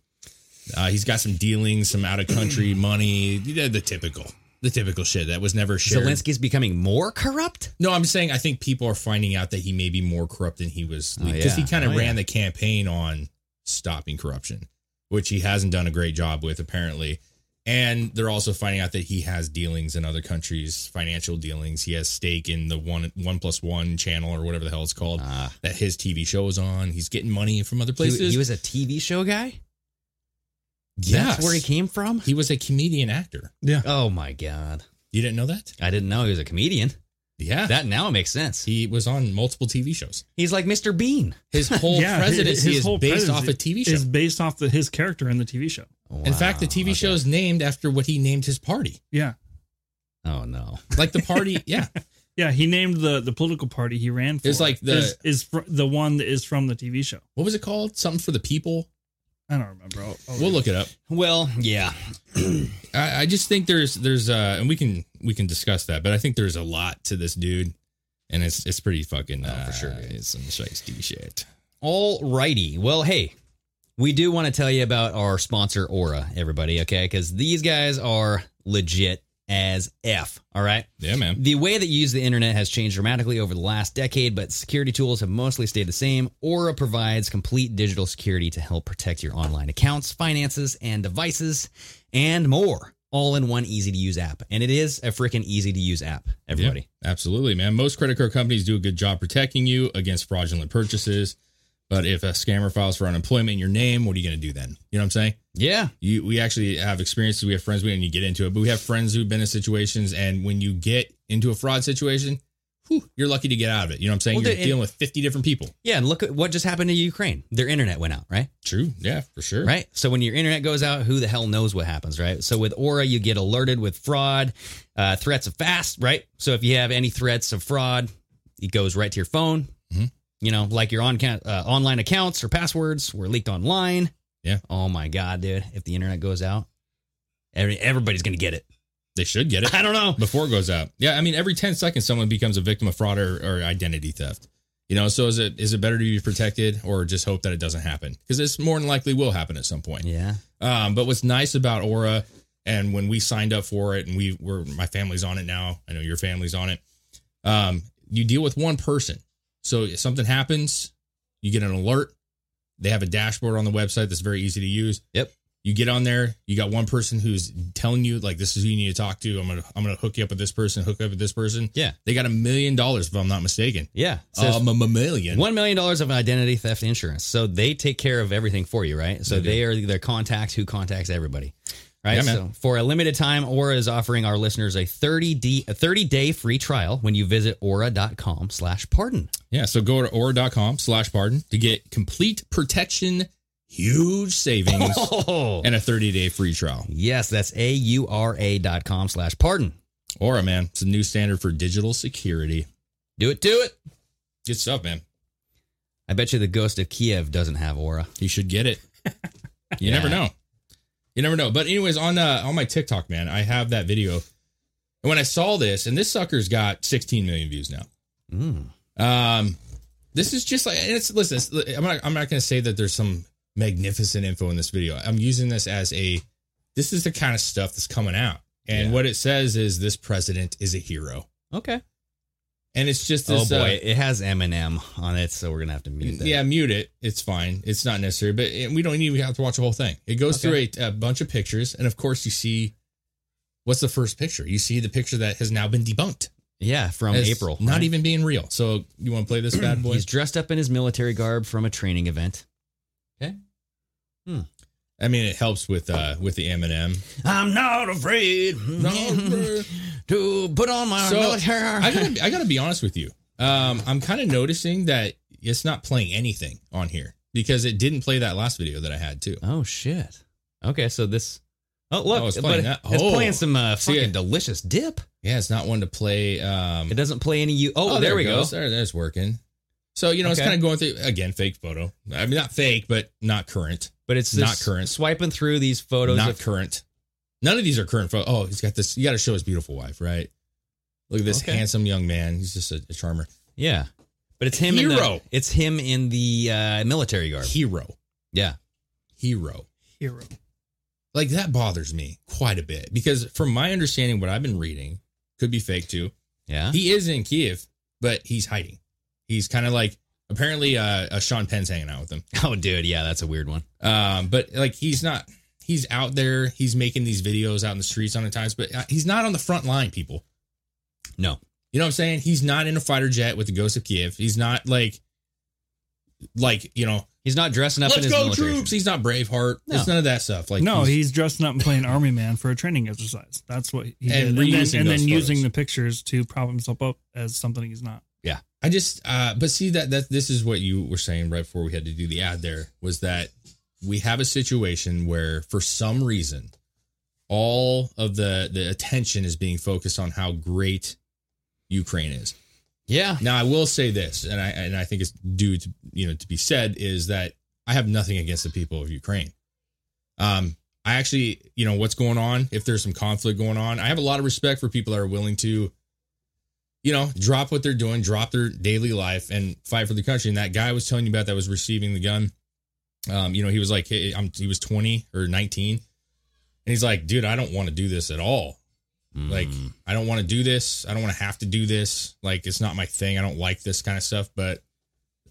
Speaker 6: Uh, he's got some dealings, some out of country *clears throat* money, the, the typical, the typical shit that was never shared.
Speaker 7: Zelensky's becoming more corrupt.
Speaker 6: No, I'm saying I think people are finding out that he may be more corrupt than he was
Speaker 7: Oh,
Speaker 6: because
Speaker 7: yeah.
Speaker 6: he kind of
Speaker 7: Oh,
Speaker 6: ran
Speaker 7: yeah.
Speaker 6: the campaign on stopping corruption, which he hasn't done a great job with apparently. And they're also finding out that he has dealings in other countries, financial dealings. He has stake in the one one plus one channel or whatever the hell it's called
Speaker 7: Ah.
Speaker 6: that his TV show is on. He's getting money from other
Speaker 7: He,
Speaker 6: places.
Speaker 7: he was a TV show guy.
Speaker 6: yes,
Speaker 7: That's where he came from.
Speaker 6: He was a comedian actor.
Speaker 8: Yeah.
Speaker 7: Oh my god,
Speaker 6: You didn't know that?
Speaker 7: I didn't know he was a comedian.
Speaker 6: Yeah,
Speaker 7: That now makes sense.
Speaker 6: he was on multiple TV shows.
Speaker 7: He's like Mr. Bean.
Speaker 6: His whole
Speaker 8: yeah,
Speaker 6: presidency
Speaker 8: his
Speaker 6: is
Speaker 8: whole
Speaker 6: based
Speaker 8: presidency
Speaker 6: off a TV show.
Speaker 8: Is based off the, his character in the TV show.
Speaker 6: In fact, the
Speaker 7: Wow,
Speaker 6: TV
Speaker 7: okay.
Speaker 6: show is named after what he named his party.
Speaker 8: Yeah,
Speaker 7: Oh no.
Speaker 6: Like the party, yeah.
Speaker 8: yeah. He named the the political party he ran for.
Speaker 6: It's like the-
Speaker 8: is, is fr- the one that is from the TV show.
Speaker 6: What was it called? Something for the people.
Speaker 8: I don't remember. I'll- I'll
Speaker 6: We'll look it up.
Speaker 7: Well, yeah.
Speaker 6: I, I just think there's there's uh and we can we can discuss that, but I think there's a lot to this dude, and it's it's pretty fucking uh,
Speaker 7: for sure.
Speaker 6: It's some shiesty shit.
Speaker 7: All righty. Well, hey, we do want to tell you about our sponsor Aura, everybody. Okay, because these guys are legit as f. All right.
Speaker 6: Yeah, man.
Speaker 7: The way that you use the internet has changed dramatically over the last decade, but security tools have mostly stayed the same. Aura provides complete digital security to help protect your online accounts, finances, and devices, and more, all in one easy to use app. And it is a freaking easy to use app, everybody.
Speaker 6: Yeah, absolutely, man. Most credit card companies do a good job protecting you against fraudulent purchases. But if a scammer files for unemployment in your name, what are you going to do then? You know what I'm saying?
Speaker 7: Yeah.
Speaker 6: you we actually have experiences we have friends we and you get into it but we have friends who've been in situations and when you get into a fraud situation whew, you're lucky to get out of it you know what i'm saying
Speaker 7: Well,
Speaker 6: you're
Speaker 7: the-
Speaker 6: dealing with 50 different people
Speaker 7: Yeah. And look at what just happened to Ukraine. Their internet went out, right?
Speaker 6: true yeah for sure
Speaker 7: Right. So when your internet goes out, who the hell knows what happens, right? So with Aura, you get alerted with fraud, uh, threats of fast, right? So if you have any threats of fraud, it goes right to your phone.
Speaker 6: Mhm.
Speaker 7: You know, like your on uh, online accounts or passwords were leaked online.
Speaker 6: Yeah.
Speaker 7: Oh my god, dude! If the internet goes out, every, everybody's gonna get it.
Speaker 6: they should get it
Speaker 7: I don't know.
Speaker 6: before it goes out yeah i mean every 10 seconds someone becomes a victim of fraud or, or identity theft you know so is it is it better to be protected or just hope that it doesn't happen because it's more than likely will happen at some point
Speaker 7: Yeah.
Speaker 6: Um, but what's nice about Aura, and when we signed up for it, and we were my family's on it now. I know your family's on it. Um, you deal with one person, so if something happens, you get an alert. They have a dashboard on the website that's very easy to use.
Speaker 7: Yep.
Speaker 6: You get on there. You got one person who's telling you like, "This is who you need to talk to." I'm gonna I'm gonna hook you up with this person. Hook up with this person.
Speaker 7: Yeah.
Speaker 6: They got a million dollars if I'm not mistaken.
Speaker 7: Yeah. It says-
Speaker 6: Um, a million.
Speaker 7: One million dollars of identity theft insurance. So they take care of everything for you, right? So
Speaker 6: They do.
Speaker 7: they are the contact who contacts everybody, right?
Speaker 6: Yeah, man.
Speaker 7: so for a limited time, Aura is offering our listeners a thirty d a thirty day free trial when you visit aura.com slash pardon.
Speaker 6: Yeah, so go to aura.com slash pardon to get complete protection, huge
Speaker 7: *laughs*
Speaker 6: savings,
Speaker 7: Oh,
Speaker 6: and a 30 day free trial.
Speaker 7: yes, that's a u r a dot com slash pardon.
Speaker 6: Aura, man, it's a new standard for digital security.
Speaker 7: Do it, do it.
Speaker 6: Good stuff, man.
Speaker 7: I bet you the ghost of Kiev doesn't have Aura.
Speaker 6: You should get
Speaker 7: *laughs*
Speaker 6: it. You never know. You never know. But anyways, on uh, on my TikTok, man, I have that video. And when I saw this, and this sucker's got 16 million views now.
Speaker 7: Mm.
Speaker 6: Um, this is just like and it's listen. It's, I'm not. I'm not going to say that there's some magnificent info in this video. I'm using this as a. This is the kind of stuff that's coming out, and
Speaker 7: Yeah.
Speaker 6: what it says is this president is a hero,
Speaker 7: Okay.
Speaker 6: and it's just
Speaker 7: Oh
Speaker 6: this.
Speaker 7: boy,
Speaker 6: uh,
Speaker 7: it has Eminem on it, so we're gonna have to mute that.
Speaker 6: yeah, mute it. It's fine. It's not necessary, but it- we don't even have to watch the whole thing. It goes
Speaker 7: Okay.
Speaker 6: through a, a bunch of pictures, and of course, you see what's the first picture. You see the picture that has now been debunked
Speaker 7: yeah, from
Speaker 6: as
Speaker 7: April.
Speaker 6: not
Speaker 7: right?
Speaker 6: even being real. So you want to play this bad boy?
Speaker 7: He's dressed up in his military garb from a training event.
Speaker 6: I mean, it helps with uh with the Eminem.
Speaker 7: I'm not afraid
Speaker 6: *laughs*
Speaker 7: *laughs* to put on my
Speaker 6: so I gotta, I gotta be honest with you. Um, I'm kind of noticing that it's not playing anything on here because it didn't play that last video that I had too.
Speaker 7: oh shit. Okay, so this. Oh look,
Speaker 6: Oh, it's
Speaker 7: but
Speaker 6: playing that.
Speaker 7: it's
Speaker 6: Oh.
Speaker 7: playing some uh,
Speaker 6: See
Speaker 7: fucking
Speaker 6: it.
Speaker 7: delicious dip.
Speaker 6: Yeah, it's not one to play. Um,
Speaker 7: It doesn't play any. You. Oh, there,
Speaker 6: it
Speaker 7: we go.
Speaker 6: goes. There, that's working. So you know, it's
Speaker 7: Okay.
Speaker 6: kind of going through again, fake photo. I mean, not fake, but not current.
Speaker 7: But it's
Speaker 6: Not
Speaker 7: just
Speaker 6: current.
Speaker 7: Swiping through these photos.
Speaker 6: not
Speaker 7: of,
Speaker 6: current. None of these are current photo. Oh, he's got this. You got to show his beautiful wife, right? Look at this
Speaker 7: Okay.
Speaker 6: handsome young man. He's just a, a charmer
Speaker 7: yeah, but it's him. In the,
Speaker 6: Hero.
Speaker 7: it's him in the uh, military garb.
Speaker 6: hero.
Speaker 7: Yeah.
Speaker 6: Hero.
Speaker 8: Hero.
Speaker 6: like that bothers me quite a bit because from my understanding what i've been reading could be fake too
Speaker 7: Yeah.
Speaker 6: he is in kiev but he's hiding he's kind of like apparently uh, uh sean penn's hanging out with him
Speaker 7: oh, dude. Yeah, that's a weird one.
Speaker 6: um but like he's not he's out there he's making these videos out in the streets on the times but uh, he's not on the front line people
Speaker 7: No.
Speaker 6: you know what i'm saying he's not in a fighter jet with the ghost of kiev he's not like like you know
Speaker 7: He's not dressing up in
Speaker 6: let's
Speaker 7: his
Speaker 6: go
Speaker 7: military.
Speaker 6: troops he's not braveheart
Speaker 7: No.
Speaker 6: it's none of that stuff like
Speaker 8: no,
Speaker 6: he's-
Speaker 8: he's dressing up and playing army man for a training exercise. That's what he
Speaker 6: And
Speaker 8: did, and
Speaker 6: reusing
Speaker 8: then, and
Speaker 6: those
Speaker 8: then using
Speaker 6: photos.
Speaker 8: the pictures to prop himself up as something he's not.
Speaker 6: I just, uh, but see that that this is what you were saying right before we had to do the ad. There was that we have a situation where, for some reason, all of the the attention is being focused on how great Ukraine is.
Speaker 7: Yeah.
Speaker 6: Now, I will say this, and I and I think it's due to you know to be said is that I have nothing against the people of Ukraine. Um, I actually, you know, what's going on? If there's some conflict going on, I have a lot of respect for people that are willing to, you know, drop what they're doing, drop their daily life, and fight for the country. And that guy I was telling you about that was receiving the gun. Um, you know, he was like, hey, I'm, he was 20 or 19, and he's like, dude, I don't want to do this at all. Like, I don't want to do this. I don't want to have to do this. Like, it's not my thing. I don't like this kind of stuff, but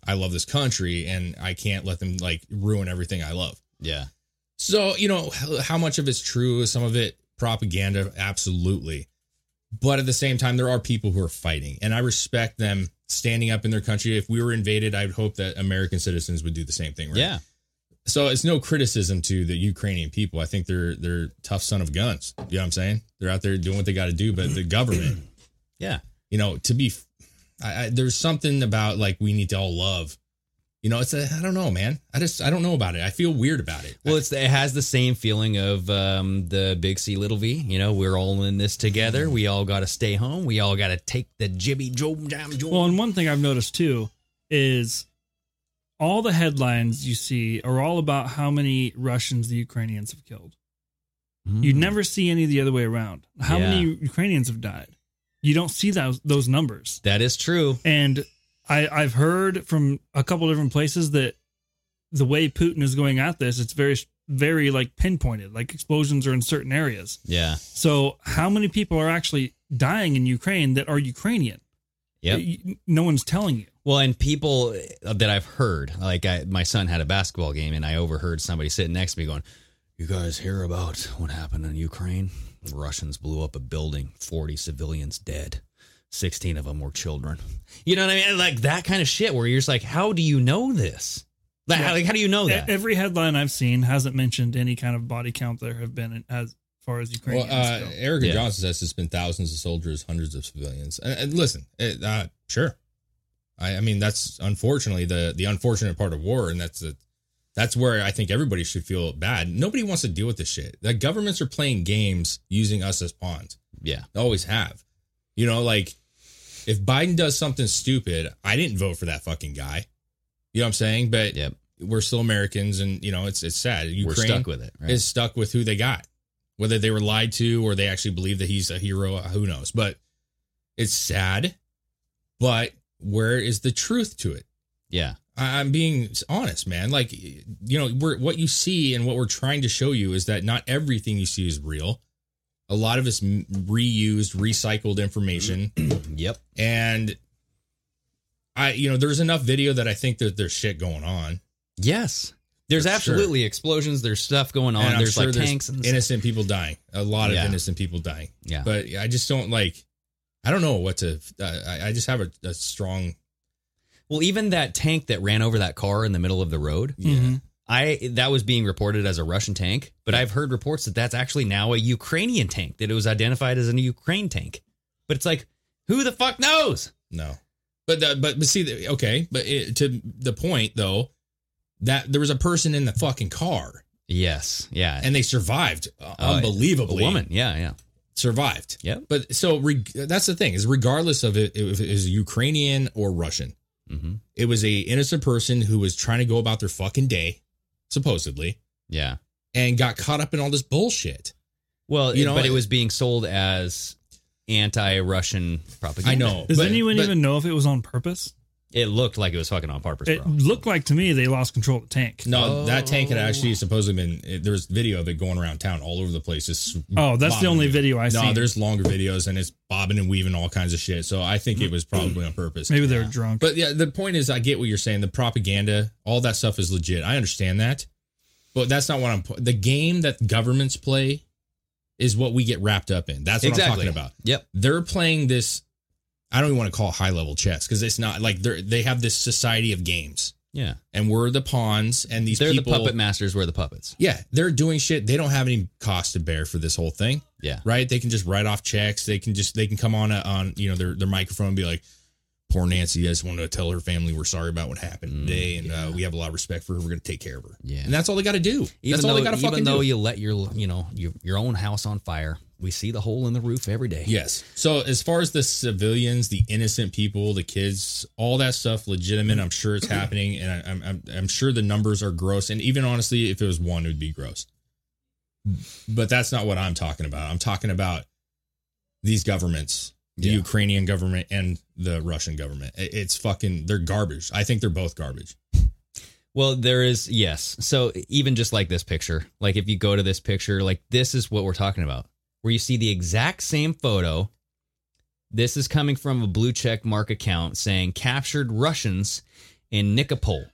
Speaker 6: I love this country and I can't let them like ruin everything I love.
Speaker 7: Yeah.
Speaker 6: So, you know, h- how much of it's true, some of it propaganda, absolutely. But at the same time, there are people who are fighting, and I respect them standing up in their country. If we were invaded, I'd hope that American citizens would do the same thing. Right?
Speaker 7: Yeah.
Speaker 6: So it's no criticism to the Ukrainian people. I think they're they're tough son of guns. You know what I'm saying? They're out there doing what they got to do, but the government, *clears throat*
Speaker 7: Yeah.
Speaker 6: you know, to be, I, I, there's something about like we need to all love. You know, it's a I don't know, man. I just I don't know about it. I feel weird about it.
Speaker 7: Well, it's it has the same feeling of um, the big C little V. You know, we're all in this together. We all got to stay home. We all got to take the jibby job jam job.
Speaker 8: Well, and one thing I've noticed too is all the headlines you see are all about how many Russians the Ukrainians have killed.
Speaker 6: Hmm.
Speaker 8: You never see any the other way around. How many Ukrainians have died? You don't see those those numbers.
Speaker 7: that is true.
Speaker 8: And I, I've heard from a couple different places that the way Putin is going at this, it's very very like pinpointed. Like explosions are in certain areas.
Speaker 7: Yeah.
Speaker 8: So how many people are actually dying in Ukraine that are Ukrainian?
Speaker 7: Yep.
Speaker 8: Y- No one's telling you.
Speaker 7: Well, and people that I've heard, like I, my son had a basketball game, and I overheard somebody sitting next to me going, "You guys hear about what happened in Ukraine? Russians blew up a building, forty civilians dead, sixteen of them were children. You know what I mean? Like that kind of shit, where you're just like, how do you know this? Like, how, like, how do you
Speaker 6: Oh,
Speaker 7: know
Speaker 8: E-
Speaker 7: that?
Speaker 8: Every headline I've seen hasn't mentioned any kind of body count there have been in- as far as
Speaker 6: Well,
Speaker 8: Ukrainians
Speaker 6: uh,
Speaker 8: go.
Speaker 6: Erica
Speaker 7: Yeah.
Speaker 6: Johnson says it's been thousands of soldiers, hundreds of civilians. And, and listen, it, uh, sure. I, I mean, that's unfortunately the the unfortunate part of war, and that's the that's where I think everybody should feel bad. Nobody wants to deal with this shit. The governments are playing games using us as pawns.
Speaker 7: yeah.
Speaker 6: They always have. You know, like if Biden does something stupid, I didn't vote for that fucking guy. You know what I'm saying? But
Speaker 7: Yep.
Speaker 6: we're still Americans, and you know it's it's sad. Ukraine,
Speaker 7: We're stuck with it. Right?
Speaker 6: is stuck with who they got, whether they were lied to or they actually believe that he's a hero. uh, Who knows? But it's sad. But where is the truth to it?
Speaker 7: yeah.
Speaker 6: I- I'm being honest, man. Like, you know, we're, what you see and what we're trying to show you is that not everything you see is real. A lot of it's m- reused, recycled
Speaker 7: *clears throat*
Speaker 6: information.
Speaker 7: Yep.
Speaker 6: and I, you know, there's enough video that I think that there's shit going on.
Speaker 7: Yes. There's
Speaker 6: For sure.
Speaker 7: absolutely explosions. There's stuff going on.
Speaker 6: And I'm
Speaker 7: There's
Speaker 6: sure
Speaker 7: like tanks and stuff.
Speaker 6: innocent people dying. A lot of
Speaker 7: Yeah.
Speaker 6: innocent people dying.
Speaker 7: Yeah.
Speaker 6: But I just don't like. I don't know what to. I, I just have a, a strong.
Speaker 7: Well, even that tank that ran over that car in the middle of the road,
Speaker 6: Mm-hmm.
Speaker 7: I that was being reported as a Russian tank, but I've heard reports that that's actually now a Ukrainian tank that it was identified as a Ukraine tank. But it's like, who the fuck knows?
Speaker 6: No. But the, but but see the- okay. But it, to the point though, that there was a person in the fucking car
Speaker 7: Yes, yeah,
Speaker 6: and they survived uh,
Speaker 7: Uh,
Speaker 6: unbelievably.
Speaker 7: a woman, yeah, yeah,
Speaker 6: survived.
Speaker 7: Yeah.
Speaker 6: But so reg- that's the thing is regardless of it if it is Ukrainian or Russian,
Speaker 7: Mhm.
Speaker 6: it was a innocent person who was trying to go about their fucking day, supposedly,
Speaker 7: yeah.
Speaker 6: and got caught up in all this bullshit.
Speaker 7: Well,
Speaker 6: You
Speaker 7: it-
Speaker 6: know,
Speaker 7: but it
Speaker 6: it-
Speaker 7: was being sold as anti-Russian propaganda.
Speaker 6: I know.
Speaker 8: Does
Speaker 6: but-
Speaker 8: anyone
Speaker 6: but-
Speaker 8: even know if it was on purpose?
Speaker 7: it looked like it was fucking on purpose,
Speaker 8: It
Speaker 7: bro.
Speaker 8: looked like to me they lost control of the tank.
Speaker 6: No, that tank had
Speaker 7: Oh.
Speaker 6: actually supposedly been. It, there was video of it going around town all over the place. It's
Speaker 8: Oh, that's the
Speaker 6: bobbing.
Speaker 8: only video I
Speaker 6: no,
Speaker 8: seen.
Speaker 6: there's longer videos and it's bobbing and weaving all kinds of shit. So I think it was probably on purpose.
Speaker 8: Maybe they were drunk.
Speaker 6: But yeah, the point is, I get what you're saying. The propaganda, all that stuff is legit. I understand that, but that's not what I'm. The game that governments play is what we get wrapped up in. That's what
Speaker 7: exactly.
Speaker 6: I'm talking about.
Speaker 7: Yep.
Speaker 6: They're playing this. I don't even want to call it high level chess because it's not like they're they have this society of games
Speaker 7: Yeah.
Speaker 6: and we're the pawns and these
Speaker 7: They're
Speaker 6: people.
Speaker 7: the puppet masters. We're the puppets.
Speaker 6: yeah, they're doing shit. They don't have any cost to bear for this whole thing
Speaker 7: Yeah.
Speaker 6: right? They can just write off checks. They can just they can come on a, on you know their their microphone and be like, "Poor Nancy, I just wanted to tell her family we're sorry about what happened today, and uh, we have a lot of respect for her. We're gonna take care of her."
Speaker 7: Mm, Yeah.
Speaker 6: and that's all they got to do.
Speaker 7: Even
Speaker 6: that's
Speaker 7: though,
Speaker 6: all they got to
Speaker 7: even
Speaker 6: fucking
Speaker 7: though
Speaker 6: do.
Speaker 7: you let your you know your, your own house on fire, we see the hole in the roof every day.
Speaker 6: Yes. So as far as the civilians, the innocent people, the kids, all that stuff, legitimate. I'm sure it's happening, and I, I'm, I'm I'm sure the numbers are gross. And even honestly, if it was one, it would be gross. But that's not what I'm talking about. I'm talking about these governments, the
Speaker 7: Yeah.
Speaker 6: Ukrainian government and the Russian government. It- It's fucking. They're garbage. I think they're both garbage.
Speaker 7: Well, there is yes. So even just like this picture, like if you go to this picture, like this is what we're talking about, where you see the exact same photo. This is coming from a blue check mark account saying captured Russians in Nikopol.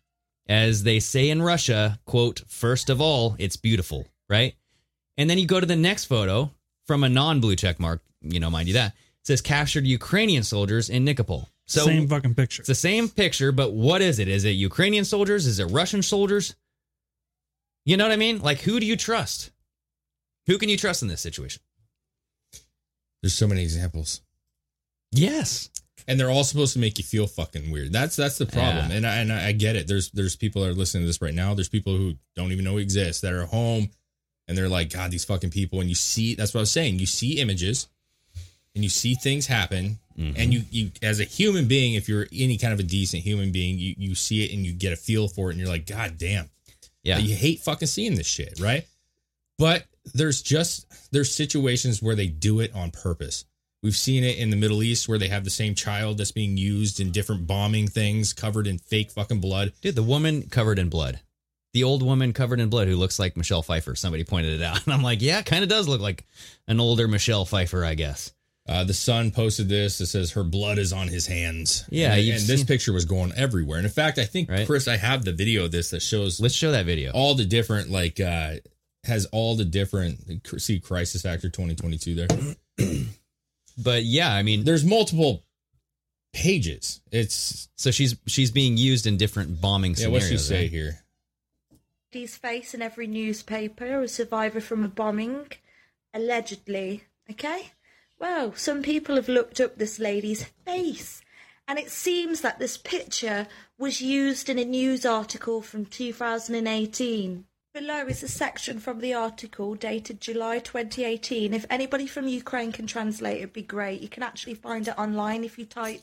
Speaker 7: As they say in Russia, quote, first of all, it's beautiful, right? And then you go to the next photo from a non blue check mark, you know, mind you that, says captured Ukrainian soldiers in Nikopol. So
Speaker 8: Same fucking picture.
Speaker 7: it's the same picture, but what is it? Is it Ukrainian soldiers? Is it Russian soldiers? You know what I mean? Like, who do you trust? Who can you trust in this situation?
Speaker 6: There's so many examples.
Speaker 7: Yes.
Speaker 6: and they're all supposed to make you feel fucking weird. That's that's the problem.
Speaker 7: Yeah.
Speaker 6: And I, and I I get it. There's there's people that are listening to this right now. There's people who don't even know we exist that are home, and they're like, God, these fucking people. And you see, that's what I was saying. You see images, and you see things happen, and you you as a human being, if you're any kind of a decent human being, you you see it and you get a feel for it, and you're like, God damn,
Speaker 7: Yeah.
Speaker 6: you hate fucking seeing this shit, right? But there's just there's situations where they do it on purpose. We've seen it in the Middle East where they have the same child that's being used in different bombing things covered in fake fucking blood.
Speaker 7: Dude, the woman covered in blood. The old woman covered in blood who looks like Michelle Pfeiffer. Somebody pointed it out. *laughs* And I'm like, yeah, kind of does look like an older Michelle Pfeiffer, I guess.
Speaker 6: Uh, the son posted this. It says her blood is on his hands.
Speaker 7: Yeah,
Speaker 6: and,
Speaker 7: you've
Speaker 6: and this
Speaker 7: seen-
Speaker 6: picture was going everywhere. And in fact, I think
Speaker 7: Right.
Speaker 6: Chris, I have the video of this that shows
Speaker 7: Let's show that video.
Speaker 6: all the different like uh has all the different see crisis factor 2022 there.
Speaker 7: *clears throat* But yeah, I mean,
Speaker 6: There's multiple pages. It's
Speaker 7: so she's she's being used in different bombing
Speaker 6: yeah.
Speaker 7: scenarios.
Speaker 6: What's she say
Speaker 7: right?
Speaker 6: here?
Speaker 10: lady's face in every newspaper, a survivor from a bombing, allegedly. Okay? Well, some people have looked up this lady's face, and it seems that this picture was used in a news article from 2018. Below is a section from the article dated July 2018. If anybody from Ukraine can translate, it'd be great. You can actually find it online if you type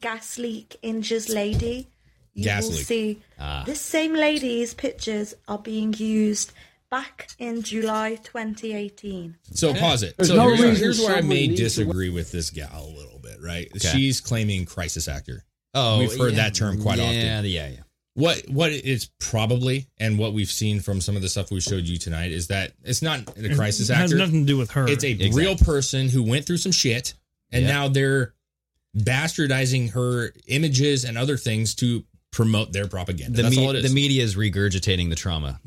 Speaker 10: gas leak injures lady. You
Speaker 6: Gas
Speaker 10: will
Speaker 6: leak.
Speaker 10: see this same lady's pictures are being used back in July 2018.
Speaker 6: So pause it.
Speaker 1: There's
Speaker 6: so
Speaker 1: no reason
Speaker 6: here's, here's where I
Speaker 1: someone
Speaker 6: may
Speaker 1: needs to-
Speaker 6: disagree with this gal a little bit, right? She's claiming crisis actor.
Speaker 7: Oh,
Speaker 6: We've heard
Speaker 7: yeah.
Speaker 6: that term quite
Speaker 7: yeah,
Speaker 6: often.
Speaker 7: Yeah, yeah.
Speaker 6: What what it's probably and what we've seen from some of the stuff we showed you tonight is that it's not a crisis
Speaker 8: it has
Speaker 6: actor.
Speaker 8: nothing to do with her.
Speaker 6: It's a
Speaker 7: Exactly.
Speaker 6: real person who went through some shit and
Speaker 7: Yeah.
Speaker 6: now they're bastardizing her images and other things to promote their propaganda.
Speaker 7: The,
Speaker 6: That's
Speaker 7: me-
Speaker 6: all it is.
Speaker 7: the media is regurgitating the trauma,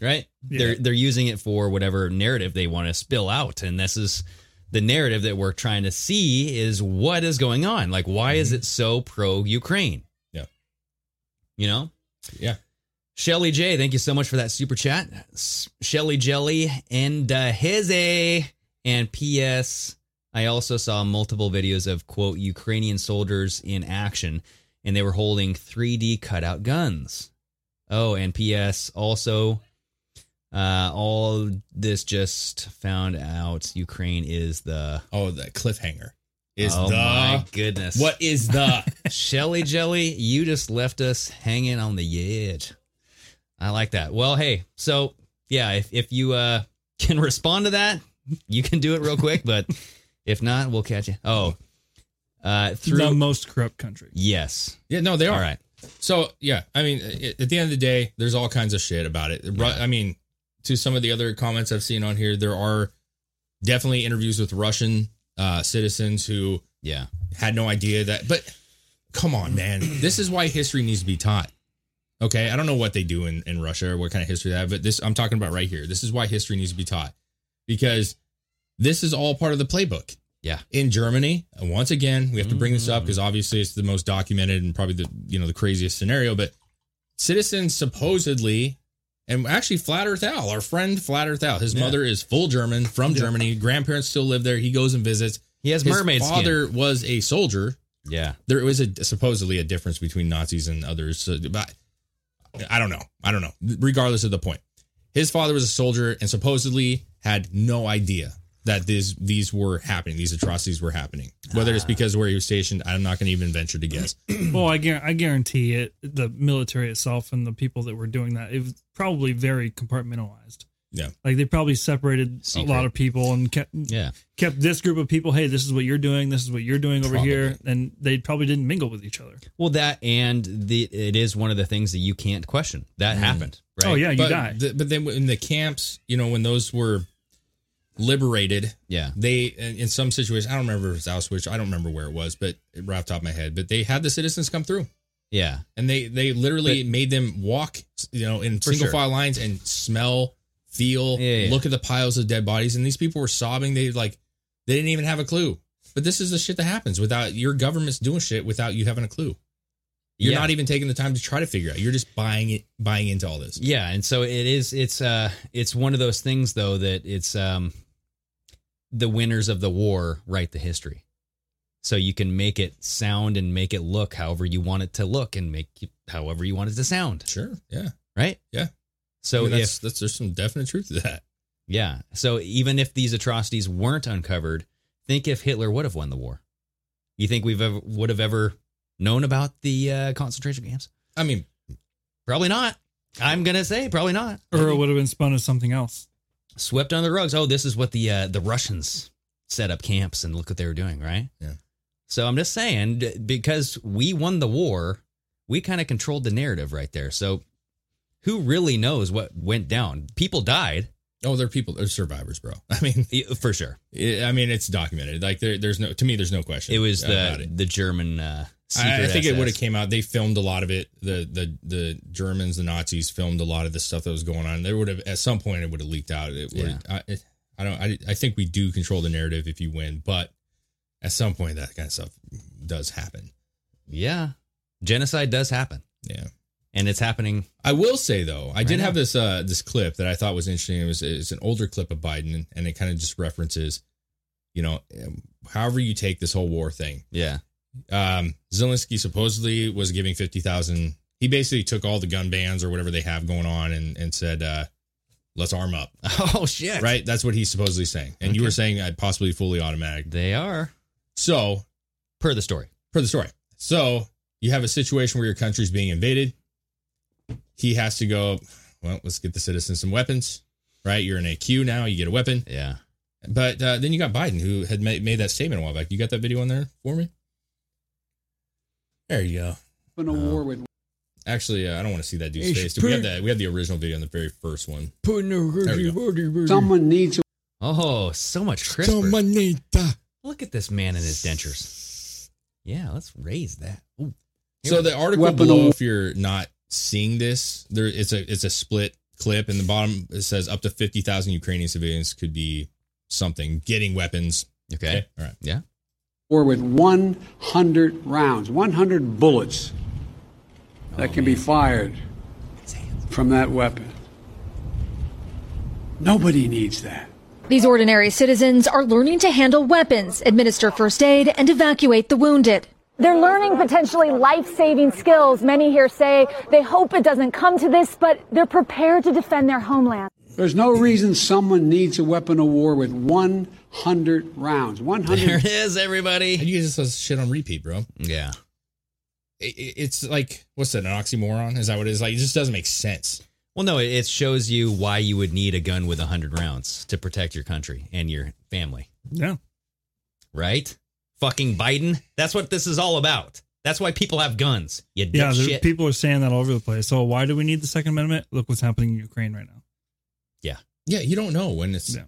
Speaker 7: right?
Speaker 8: Yeah.
Speaker 7: They're they're using it for whatever narrative they want to spill out, and this is the narrative that we're trying to see is what is going on. Like, why is it so pro Ukraine?
Speaker 6: Mm-hmm. Yeah.
Speaker 7: you know.
Speaker 6: yeah.
Speaker 7: Shelly J, thank you so much for that super chat. S- Shelly Jelly and uh, Hizzy. And P.S. I also saw multiple videos of, quote, Ukrainian soldiers in action, and they were holding 3D cutout guns. Oh, and P.S. also, uh, all this just found out Ukraine is the.
Speaker 6: Oh, the cliffhanger is
Speaker 7: oh,
Speaker 6: the
Speaker 7: my goodness.
Speaker 6: what is the
Speaker 7: *laughs* Shelly Jelly, you just left us hanging on the edge. I like that. Well, hey, so yeah, if, if you uh, *laughs* can respond to that, you can do it real quick, but if not, we'll catch you. Oh, uh, through.
Speaker 8: the most
Speaker 6: *clears throat*
Speaker 8: corrupt country.
Speaker 7: yes.
Speaker 6: Yeah, no, they are.
Speaker 7: All right.
Speaker 6: So yeah, I mean, at at the end of the day, there's all kinds of shit about it. Ru- I mean, to some of the other comments I've seen on here, there are definitely interviews with Russian uh, citizens who
Speaker 7: Yeah.
Speaker 6: had no idea that. But come on, man, *clears throat* this is why history needs to be taught. Okay, I don't know what they do in in Russia or what kind of history they have, but this I'm talking about right here. This is why history needs to be taught because this is all part of the playbook
Speaker 7: Yeah. Mm.
Speaker 6: in Germany. and Once again, we have to bring this up because obviously it's the most documented and probably the you know the craziest scenario. But citizens supposedly, and actually Flat Earth Al, our friend Flat Earth Al, his mother is full German from Germany. Grandparents still live there. He goes and visits.
Speaker 7: He has
Speaker 6: His
Speaker 7: mermaid skin.
Speaker 6: father was a soldier.
Speaker 7: Yeah.
Speaker 6: There was a supposedly a difference between Nazis and others. So, but I don't know. I don't know. Regardless of the point, his father was a soldier and supposedly had no idea that these these were happening. These atrocities were happening. Whether
Speaker 7: Ah.
Speaker 6: it's because of where he was stationed, I'm not going to even venture to guess.
Speaker 8: Well, I, guar- I guarantee it. The military itself and the people that were doing that, it was probably very compartmentalized.
Speaker 6: Yeah.
Speaker 8: Like they probably separated
Speaker 7: Secret.
Speaker 8: a lot of people and kept
Speaker 7: Yeah.
Speaker 8: kept this group of people. Hey, this is what you're doing. This is what you're doing over here, and they probably didn't mingle with each other.
Speaker 7: Well, that and the it is one of the things that you can't question. That
Speaker 6: Mm.
Speaker 7: happened. Right.
Speaker 8: Oh yeah, you
Speaker 6: but
Speaker 8: die.
Speaker 6: the- but then in the camps, you know, when those were liberated,
Speaker 7: Yeah.
Speaker 6: they in in some situations, I don't remember if it was Auschwitz, I don't remember where it was, but right off the top of my head, but they had the citizens come through.
Speaker 7: Yeah.
Speaker 6: and they they literally made them walk you know in
Speaker 7: For
Speaker 6: single
Speaker 7: sure.
Speaker 6: file lines and smell feel
Speaker 7: Yeah, yeah,
Speaker 6: look at the piles of dead bodies and these people were sobbing they like they didn't even have a clue But this is the shit that happens without your government's doing shit without you having a clue. You're
Speaker 7: Yeah.
Speaker 6: not e-, even taking the time to try to figure out. You're just buying it, buying into all this.
Speaker 7: Yeah, and so it is. It's uh, it's one of those things though that it's um, the winners of the war write the history, so you can make it sound and make it look however you want it to look and make it however you want it to sound.
Speaker 6: Sure. Yeah.
Speaker 7: Right.
Speaker 6: Yeah. I
Speaker 7: So
Speaker 6: mean, that's,
Speaker 7: if
Speaker 6: that's there's some definite truth to that.
Speaker 7: yeah, so even if these atrocities weren't uncovered, think if Hitler would have won the war, you think we've ever would have ever known about the uh, concentration camps?
Speaker 6: I mean,
Speaker 7: Probably not. I'm gonna say probably not.
Speaker 8: Or it would have been spun as something else.
Speaker 7: swept under the rugs. Oh, this is what the uh, the Russians set up camps and look what they were doing, right?
Speaker 6: Yeah.
Speaker 7: So I'm just saying d- because we won the war, we kind of controlled the narrative right there. So who really knows what went down? People died
Speaker 6: oh, there are people, there's survivors, bro. I mean,
Speaker 7: y- for sure.
Speaker 6: it, I mean, it's documented. Like there, there's no, to me, there's no question.
Speaker 7: It was
Speaker 6: about
Speaker 7: the
Speaker 6: it.
Speaker 7: the German. Uh, secret
Speaker 6: I, I think it
Speaker 7: SS.
Speaker 6: would have came out. They filmed a lot of it. The the the Germans, the Nazis, filmed a lot of the stuff that was going on. There would have at some point it would have leaked out. It would. I, it, I don't. I, I think we do control the narrative if you win, but at some point that kind of stuff does happen.
Speaker 7: Yeah, genocide does happen,
Speaker 6: Yeah.
Speaker 7: and it's happening.
Speaker 6: I will say though, I did
Speaker 7: now.
Speaker 6: have this uh, this clip that I thought was interesting. It was it's an older clip of Biden, and it kind of just references, you know, um, however you take this whole war thing.
Speaker 7: Yeah.
Speaker 6: um, Zelensky supposedly was giving fifty thousand. He basically took all the gun bans or whatever they have going on and and said, uh, "Let's arm up."
Speaker 7: *laughs* Oh shit.
Speaker 6: Right? That's what he's supposedly saying. And you
Speaker 7: Okay.
Speaker 6: were saying uh, possibly fully automatic.
Speaker 7: They are
Speaker 6: So
Speaker 7: per the story.
Speaker 6: per the story. So you have a situation where your country's being invaded. He has to go. Well, let's get the citizens some weapons. Right? You're in AQ now. You get a weapon.
Speaker 7: Yeah.
Speaker 6: But uh, then you got Biden, who had made, made that statement a while back. You got that video in there for me? There you go.
Speaker 4: Been a war with
Speaker 6: Uh, Actually, uh, I don't want to see that dude's
Speaker 4: It's
Speaker 6: face. Do We have
Speaker 4: pretty-
Speaker 6: that. We have the original video on the very first one. There we go.
Speaker 4: Putin. Someone needs
Speaker 7: Oh, so much crisper. Look at this man and his dentures. Yeah, let's raise that. Ooh.
Speaker 6: So the article
Speaker 4: Weapon
Speaker 6: below,
Speaker 4: of-
Speaker 6: if you're not seeing this, there it's a it's a split clip, and the bottom it says up to fifty thousand Ukrainian civilians could be something getting weapons.
Speaker 7: Okay.
Speaker 6: all right.
Speaker 7: Yeah.
Speaker 4: war with 100 rounds, 100 bullets that can be fired from that weapon. Nobody needs that.
Speaker 11: These ordinary citizens are learning to handle weapons, administer first aid, and evacuate the wounded. They're learning potentially life saving skills. Many here say they hope it doesn't come to this, but they're prepared to defend their homeland.
Speaker 4: There's no reason someone needs a weapon of war with 100 rounds. 100
Speaker 7: There it is,
Speaker 6: And
Speaker 7: everybody.
Speaker 6: you guys just shit on repeat, bro.
Speaker 7: Yeah.
Speaker 6: It, it- it's like what's that? An oxymoron? Is that what it is? Like it just doesn't make sense.
Speaker 7: Well, no, it- it shows you why you would need a gun with 100 rounds to protect your country and your family,
Speaker 8: Yeah.
Speaker 7: right? Fucking Biden. That's what this is all about. That's why people have guns. You
Speaker 8: Yeah. there-
Speaker 7: dipshit.
Speaker 8: people are saying that all over the place. So why do we need the Second Amendment? Look what's happening in Ukraine right now.
Speaker 6: Yeah, you don't know when it's.
Speaker 8: Yeah.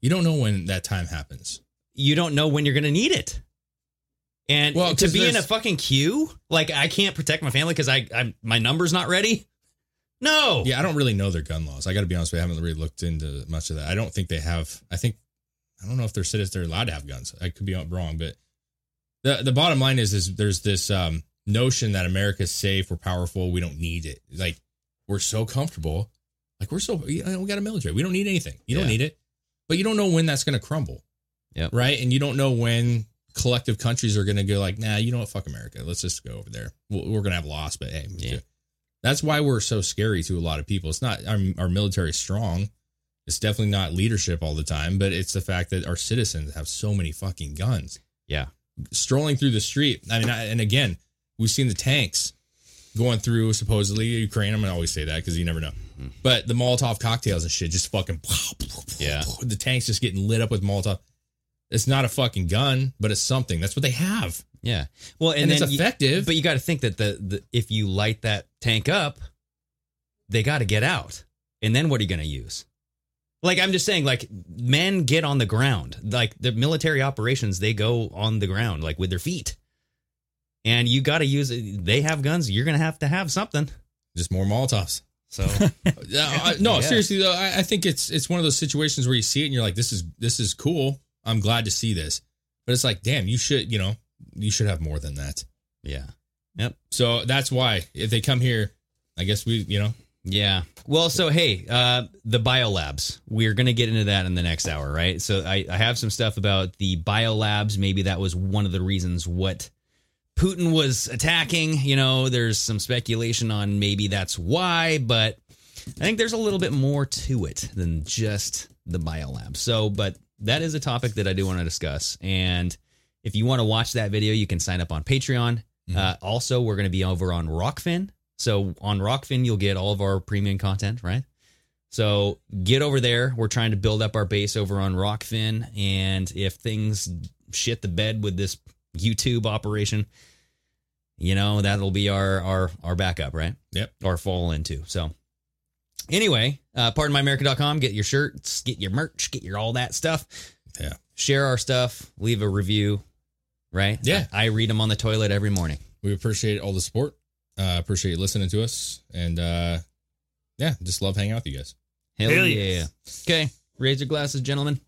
Speaker 6: You don't know when that time happens.
Speaker 7: you don't know when you're going to need it. And
Speaker 6: Well,
Speaker 7: to
Speaker 6: 'cause
Speaker 7: be in a
Speaker 6: there's-
Speaker 7: fucking queue, like I can't protect my family because I, I my number's not ready. No.
Speaker 6: Yeah, I don't really know their gun laws. I got to be honest with you. I haven't really looked into much of that. I don't think they have. I think I don't know if they're citizens. They're allowed to have guns. I could be wrong, but the the bottom line is is there's this um, notion that America's safe. We're powerful. We don't need it. Like we're so comfortable. Like we're so you know, we got a military. We don't need anything. You don't
Speaker 7: Yeah.
Speaker 6: need it. But you don't know when that's going to crumble.
Speaker 7: Yep.
Speaker 6: Right. And you don't know when collective countries are going to go like, nah, you know what? Fuck America. Let's just go over there. We'll- We're going to have loss, but hey,
Speaker 7: Yeah.
Speaker 6: that's why we're so scary to a lot of people. It's not our, our military strong. It's definitely not leadership all the time, but it's the fact that our citizens have so many fucking guns
Speaker 7: Yeah.
Speaker 6: strolling through the street. I mean, I, and again, we've seen the tanks going through supposedly Ukraine. I'm gonna always say that because you never know. But the Molotov cocktails and shit just fucking
Speaker 7: Yeah.
Speaker 6: *laughs* The tanks just getting lit up with Molotov. It's not a fucking gun, but it's something. That's what they have.
Speaker 7: Yeah. Well, and,
Speaker 6: And it's
Speaker 7: then you-
Speaker 6: effective.
Speaker 7: but you got to think that the, the if you light that tank up, they got to get out. And then what are you going to use? Like I'm just saying, like men get on the ground. Like the military operations, they go on the ground, like with their feet. And you got to use. They have guns. You're going to have to have something.
Speaker 6: Just more Molotovs.
Speaker 7: So
Speaker 6: Uh, I- no,
Speaker 7: Yeah.
Speaker 6: seriously though, I, I think it's it's one of those situations where you see it and you're like, this is this is cool. I'm glad to see this. But it's like, damn, you should, you know, you should have more than that.
Speaker 7: Yeah. Yep.
Speaker 6: So that's why if they come here, I guess we, you know,
Speaker 7: Yeah. Well, so hey, uh, the biolabs. We're going to get into that in the next hour, right? So I, I have some stuff about the biolabs. Maybe that was one of the reasons what Putin was attacking. You know, there's some speculation on maybe that's why, but I think there's a little bit more to it than just the biolab. So, but that is a topic that I do want to discuss. And if you want to watch that video, you can sign up on Patreon. Uh, also, we're going to be over on Rockfin. So on Rockfin, you'll get all of our premium content, right? So get over there. We're trying to build up our base over on Rockfin. And if things shit the bed with this YouTube operation, you know, that'll be our our our backup, right?
Speaker 6: Yep.
Speaker 7: Or fall into. So anyway, uh pardonmyamerica.com, get your shirts, get your merch, get your all that stuff.
Speaker 6: Yeah.
Speaker 7: Share our stuff, leave a review, right?
Speaker 6: Yeah.
Speaker 7: I, I read them on the toilet every morning.
Speaker 6: we appreciate all the support. Uh, appreciate you listening to us. And uh, yeah, just love hanging out with you guys.
Speaker 7: Hell,
Speaker 6: Hell
Speaker 7: yeah. Okay. Raise your glasses, gentlemen.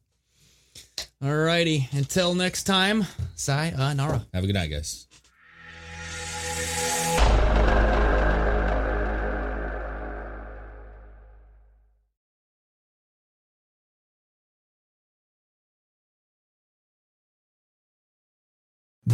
Speaker 7: All righty. Until next time, sayonara.
Speaker 6: Have a good night, guys.